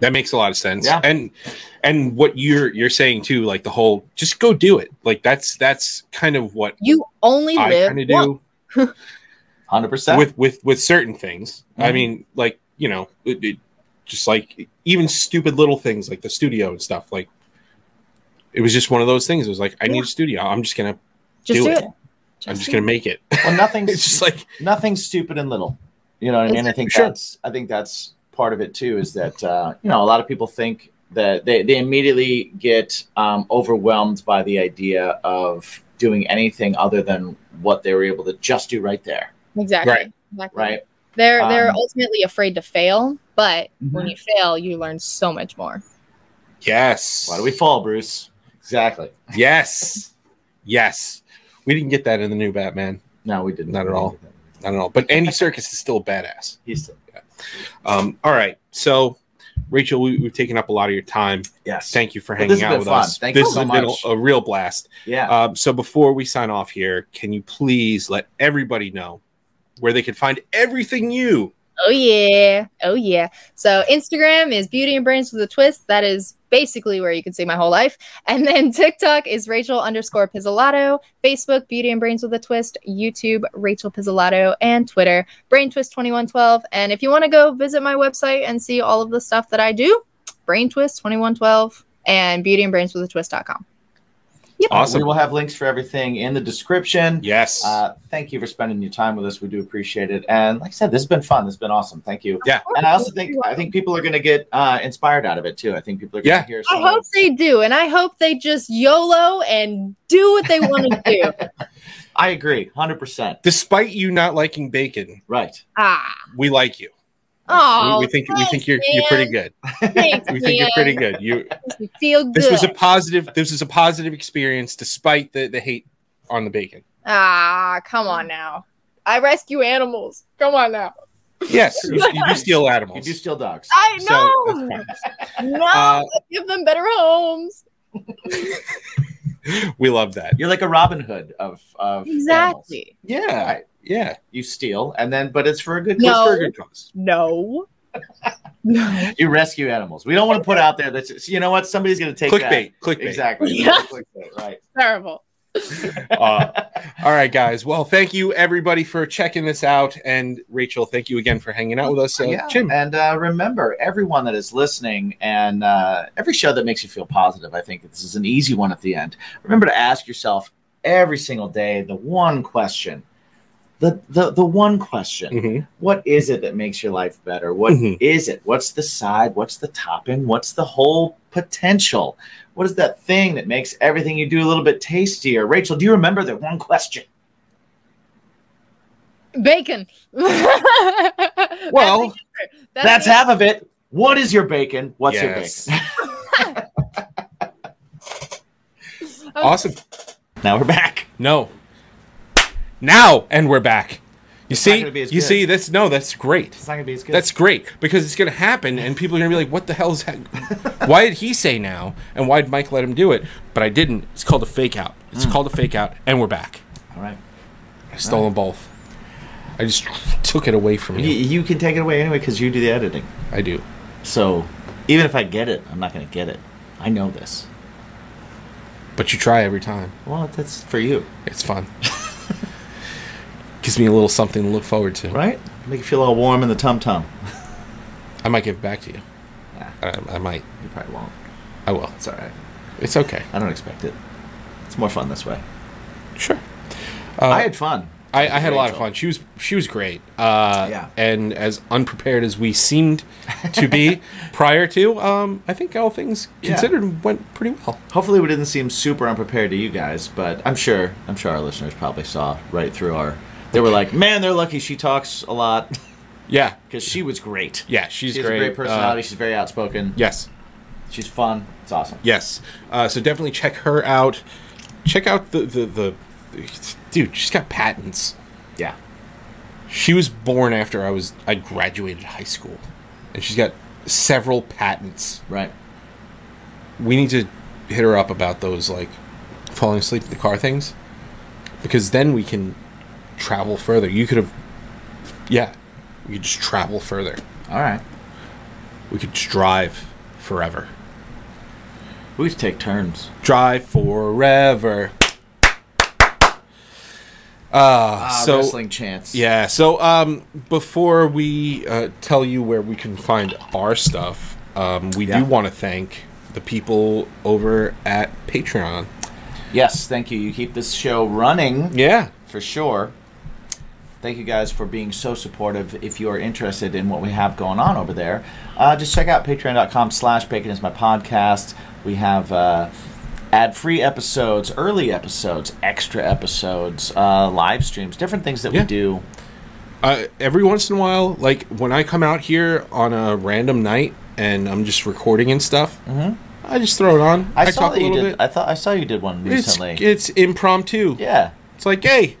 Speaker 1: That makes a lot of sense.
Speaker 2: Yeah.
Speaker 1: And and what you're you're saying too, like the whole just go do it. Like that's that's kind of what
Speaker 4: You only
Speaker 1: I
Speaker 4: live
Speaker 1: kind of
Speaker 4: once.
Speaker 1: do
Speaker 2: 100%
Speaker 1: with with with certain things. I
Speaker 2: Mhm.
Speaker 1: mean, like you know, it, it- just like even stupid little things like the studio and stuff. Like it was just one of those things. It was like I need a studio. I'm just gonna
Speaker 4: Just
Speaker 1: do
Speaker 4: do,
Speaker 1: it.
Speaker 4: it.
Speaker 1: I'm just gonna make it.
Speaker 2: well nothing's
Speaker 1: it's just like
Speaker 2: nothing's stupid and little you know what i mean i think
Speaker 1: Sure.
Speaker 2: that's i think that's part of it too is that uh, you know a lot of people think that they, they immediately get um, overwhelmed by the idea of doing anything other than what they were able to just do right there
Speaker 4: Exactly.
Speaker 1: Right.
Speaker 4: Exactly.
Speaker 2: right
Speaker 4: They're they're
Speaker 2: Um,
Speaker 4: ultimately afraid to fail, but
Speaker 1: hmm.
Speaker 4: when you fail, you learn so much more.
Speaker 1: yes.
Speaker 2: why do we fall bruce exactly
Speaker 1: Yes, yes. We didn't get that in the new Batman.
Speaker 2: no we didn't
Speaker 1: Not at all. I don't know, but Andy Circus is still a badass.
Speaker 2: he's
Speaker 1: Um, all right. So, Rachel, we, we've taken up a lot of your time.
Speaker 2: yes
Speaker 1: Thank you for
Speaker 2: Well,
Speaker 1: hanging
Speaker 2: this has
Speaker 1: out
Speaker 2: been
Speaker 1: with
Speaker 2: fun.
Speaker 1: us.
Speaker 2: Thank
Speaker 1: this
Speaker 2: you so
Speaker 1: has been
Speaker 2: much.
Speaker 1: a, a real blast.
Speaker 2: yeah Uh,
Speaker 1: Um, so, before we sign off here, can you please let everybody know where they can find everything you?
Speaker 4: Oh yeah. Oh yeah. So Instagram is beauty and brains with a twist. That is basically where you can see my whole life. And then TikTok is Rachel underscore Pizzolato. Facebook, Beauty and Brains with a Twist. YouTube, Rachel Pizzolato. And Twitter, Brain Twist 2112. And if you want to go visit my website and see all of the stuff that I do, Brain Twist 2112 and Beauty and Brains with a Twist.com.
Speaker 1: Awesome.
Speaker 2: Uh, we will have links for everything in the description
Speaker 1: Yes.
Speaker 2: Uh, thank you for spending your time with us. We do appreciate it. And like I said, this has been fun. This has been awesome. Thank you.
Speaker 1: Yeah.
Speaker 2: And I also think I think people are going to get uh, inspired out of it too. I think people are going to
Speaker 1: Yeah.
Speaker 2: hear.
Speaker 4: I
Speaker 2: Some
Speaker 4: hope they do. And I hope they just YOLO and do what they want to do.
Speaker 2: I agree, hundred percent.
Speaker 1: Despite you not liking bacon,
Speaker 2: Right.
Speaker 4: Ah.
Speaker 1: we like you.
Speaker 4: Oh,
Speaker 1: we, we think we think you're you're
Speaker 4: thanks,
Speaker 1: pretty
Speaker 4: man.
Speaker 1: good.
Speaker 4: Thanks,
Speaker 1: We think you're
Speaker 4: man.
Speaker 1: pretty good. You
Speaker 4: Makes me feel good.
Speaker 1: this was a positive this was a positive experience despite the, the hate on the bacon.
Speaker 4: ah, come on now. I rescue animals. Come on now.
Speaker 1: Yes, you, you do steal
Speaker 2: You
Speaker 1: animals.
Speaker 2: do steal dogs.
Speaker 4: I
Speaker 1: So-
Speaker 4: know. no,
Speaker 1: Uh,
Speaker 4: give them better homes.
Speaker 1: we love that.
Speaker 2: You're like a Robin Hood of of animals.
Speaker 4: Exactly.
Speaker 1: Yeah.
Speaker 2: Right.
Speaker 1: Yeah.
Speaker 2: You steal, and then but it's for a good
Speaker 4: No.
Speaker 2: cause.
Speaker 1: It's for a good cause.
Speaker 4: No. no.
Speaker 2: You rescue animals. We don't want to put out there that you know what somebody's going to take.
Speaker 1: Clickbait. Clickbait.
Speaker 2: That. Exactly.
Speaker 4: Yeah.
Speaker 2: Clickbait, Right.
Speaker 4: Terrible.
Speaker 1: Uh, all right, guys. Well, thank you everybody for checking this out, and Rachel, thank you again for hanging out with us. Uh,
Speaker 2: yeah.
Speaker 1: Jim,
Speaker 2: And uh, remember, everyone that is listening and uh, every show that makes you feel positive, I think this is an easy one at the end. Remember to ask yourself every single day the one question. The, the, the one question
Speaker 1: Mhm.
Speaker 2: What is it that makes your life better What is
Speaker 1: Mhm.
Speaker 2: it what's the side what's the topping what's the whole potential what is that thing that makes everything you do a little bit tastier rachel do you remember that one question
Speaker 4: Bacon.
Speaker 1: Well,
Speaker 4: That's the answer. That's
Speaker 2: that's
Speaker 4: the
Speaker 2: half of it what is your bacon what's
Speaker 1: Yes.
Speaker 2: your bacon
Speaker 4: answer.
Speaker 1: Oh. awesome.
Speaker 2: now we're back
Speaker 1: No. Now, and we're back. You
Speaker 2: not
Speaker 1: see,
Speaker 2: gonna be as
Speaker 1: you
Speaker 2: good.
Speaker 1: see, that's no, that's great.
Speaker 2: it's not gonna be as good
Speaker 1: That's great because it's going to happen, and people are going to be like, "What the hell's? Ha- why did he say now? And why did Mike let him do it? But I didn't. It's called a fake out.
Speaker 2: Mm.
Speaker 1: It's called a fake out, and we're back.
Speaker 2: all right
Speaker 1: I stole them both. I just took it away from
Speaker 2: You,
Speaker 1: you.
Speaker 2: you can take it away anyway because you do the editing.
Speaker 1: I do.
Speaker 2: So even if I get it, I'm not going to get it. I know this.
Speaker 1: But you try every time.
Speaker 2: Well, that's for you,
Speaker 1: It's fun. Gives me a little something to look forward to.
Speaker 2: right? Make you feel all warm in the tum tum.
Speaker 1: I might give it back to you.
Speaker 2: Yeah.
Speaker 1: I, I might.
Speaker 2: You probably won't.
Speaker 1: I will.
Speaker 2: It's all right.
Speaker 1: It's okay.
Speaker 2: I don't expect it. It's more fun this way.
Speaker 1: Sure. Uh,
Speaker 2: I had fun.
Speaker 1: I, I had a lot of
Speaker 2: Rachel.
Speaker 1: fun. She was she was great. Uh,
Speaker 2: Yeah.
Speaker 1: And as unprepared as we seemed to be prior to, um, I think all things
Speaker 2: Yeah.
Speaker 1: considered went pretty well.
Speaker 2: Hopefully, we didn't seem super unprepared to you guys, but I'm sure I'm sure our listeners probably saw right through our. They were like, "Man, they're lucky she talks a lot
Speaker 1: Yeah.
Speaker 2: because she was great.
Speaker 1: Yeah. She's
Speaker 2: She has
Speaker 1: great.
Speaker 2: a great personality.
Speaker 1: Uh,
Speaker 2: She's very outspoken.
Speaker 1: yes.
Speaker 2: she's fun. It's awesome.
Speaker 1: Yes. Uh, so definitely check her out. Check out the the, the dude. She's got patents.
Speaker 2: Yeah,
Speaker 1: She was born after I was I graduated high school, and she's got several patents.
Speaker 2: right.
Speaker 1: we need to hit her up about those like falling asleep in the car things because then we can travel further you could have yeah we could just travel further
Speaker 2: All right,
Speaker 1: we could just drive forever
Speaker 2: we just take turns.
Speaker 1: drive forever uh,
Speaker 2: Ah,
Speaker 1: so
Speaker 2: wrestling chance.
Speaker 1: yeah so um before we uh, tell you where we can find our stuff um, we
Speaker 2: Yeah.
Speaker 1: do want to thank the people over at patreon
Speaker 2: Yes, thank you. You keep this show running
Speaker 1: yeah
Speaker 2: for sure. Thank you guys for being so supportive. If you are interested in what we have going on over there, uh, just check out patreon.com slash bacon is my podcast. We have uh, ad-free episodes, early episodes, extra episodes, uh, live streams, different things that
Speaker 1: Yeah.
Speaker 2: we do.
Speaker 1: uh, every once in a while, like when I come out here on a random night and I'm just recording and stuff, I just throw it on. I,
Speaker 2: Mm-hmm. I, saw
Speaker 1: talk a
Speaker 2: that you
Speaker 1: little
Speaker 2: did.
Speaker 1: bit.
Speaker 2: I thought I saw you did one
Speaker 1: it's,
Speaker 2: recently.
Speaker 1: it's impromptu.
Speaker 2: yeah.
Speaker 1: It's like, hey,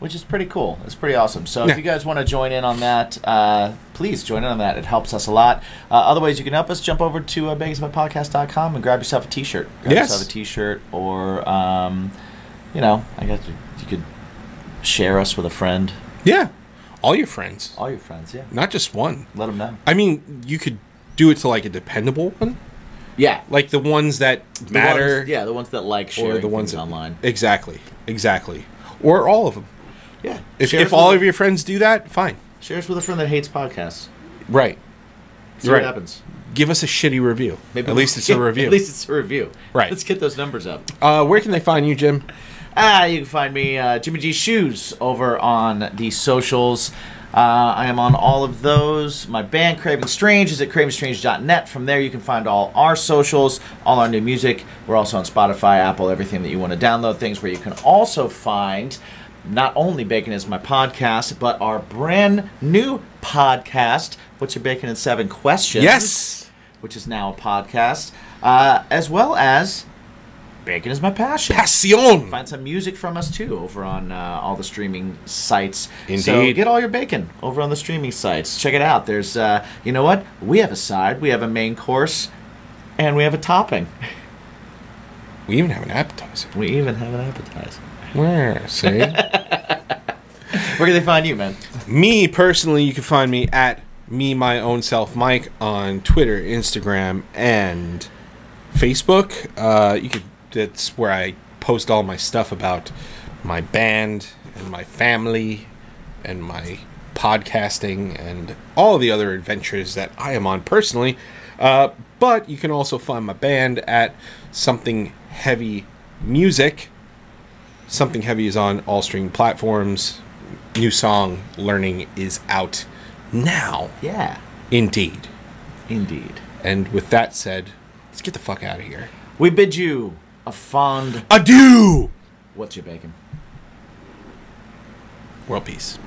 Speaker 2: which is pretty cool. It's pretty awesome. So
Speaker 1: Yeah.
Speaker 2: if you guys want to join in on that, uh, please join in on that. It helps us a lot. Uh, other ways you can help us, jump over to uh, vegasmypodcast.com and grab yourself a t-shirt. Grab
Speaker 1: Yes.
Speaker 2: yourself a t-shirt or, um, you know, I guess you, you could share us with a friend.
Speaker 1: yeah, all your friends,
Speaker 2: All your friends, yeah.
Speaker 1: not just one.
Speaker 2: Let them know.
Speaker 1: I mean, you could do it to like a dependable one,
Speaker 2: Yeah.
Speaker 1: like the ones that matter,
Speaker 2: yeah, the ones that like sharing
Speaker 1: or the ones
Speaker 2: things
Speaker 1: that,
Speaker 2: online.
Speaker 1: Exactly, exactly, or all of them.
Speaker 2: Yeah.
Speaker 1: If,
Speaker 2: Share us
Speaker 1: if all
Speaker 2: with-
Speaker 1: of your friends do that, fine.
Speaker 2: Share us with a friend that hates podcasts.
Speaker 1: Right.
Speaker 2: See
Speaker 1: Right.
Speaker 2: what happens.
Speaker 1: Give us a shitty review. Maybe at
Speaker 2: we'll-
Speaker 1: least it's a review.
Speaker 2: At least it's a review.
Speaker 1: Right.
Speaker 2: Let's get those numbers up.
Speaker 1: uh, where can they find you, Jim?
Speaker 2: Ah, you can find me uh, Jimmy G Shoes over on the socials. Uh, I am on all of those. My band Craven Strange is at cravenstrange.net. From there, you can find all our socials, all our new music. We're also on Spotify, Apple, everything that you want to download. Things where you can also find not only Bacon is my podcast, but our brand new podcast. What's your bacon in seven questions?
Speaker 1: Yes.
Speaker 2: which is now a podcast, uh, as well as Bacon is my passion
Speaker 1: Passion.
Speaker 2: find some music from us too over on uh, all the streaming sites. So
Speaker 1: Indeed.
Speaker 2: get all your bacon over on the streaming sites. Check it out. There's, uh, you know what? We have a side, we have a main course, and we have a topping.
Speaker 1: We even have an appetizer.
Speaker 2: We even have an appetizer.
Speaker 1: Where? See?
Speaker 2: Where can they find you, man?
Speaker 1: me personally, you can find me at me my own self Mike on Twitter, Instagram, and Facebook. Uh, you could that's where I post all my stuff about my band and my family and my podcasting and all the other adventures that I am on personally. Uh, but you can also find my band at Something Heavy Music. Something Heavy is on all streaming platforms. New song, Learning, is out now.
Speaker 2: Yeah,
Speaker 1: Indeed.
Speaker 2: indeed.
Speaker 1: And with that said, let's get the fuck out of here.
Speaker 2: We bid you a fond.
Speaker 1: Adieu!
Speaker 2: What's your bacon?
Speaker 1: World peace.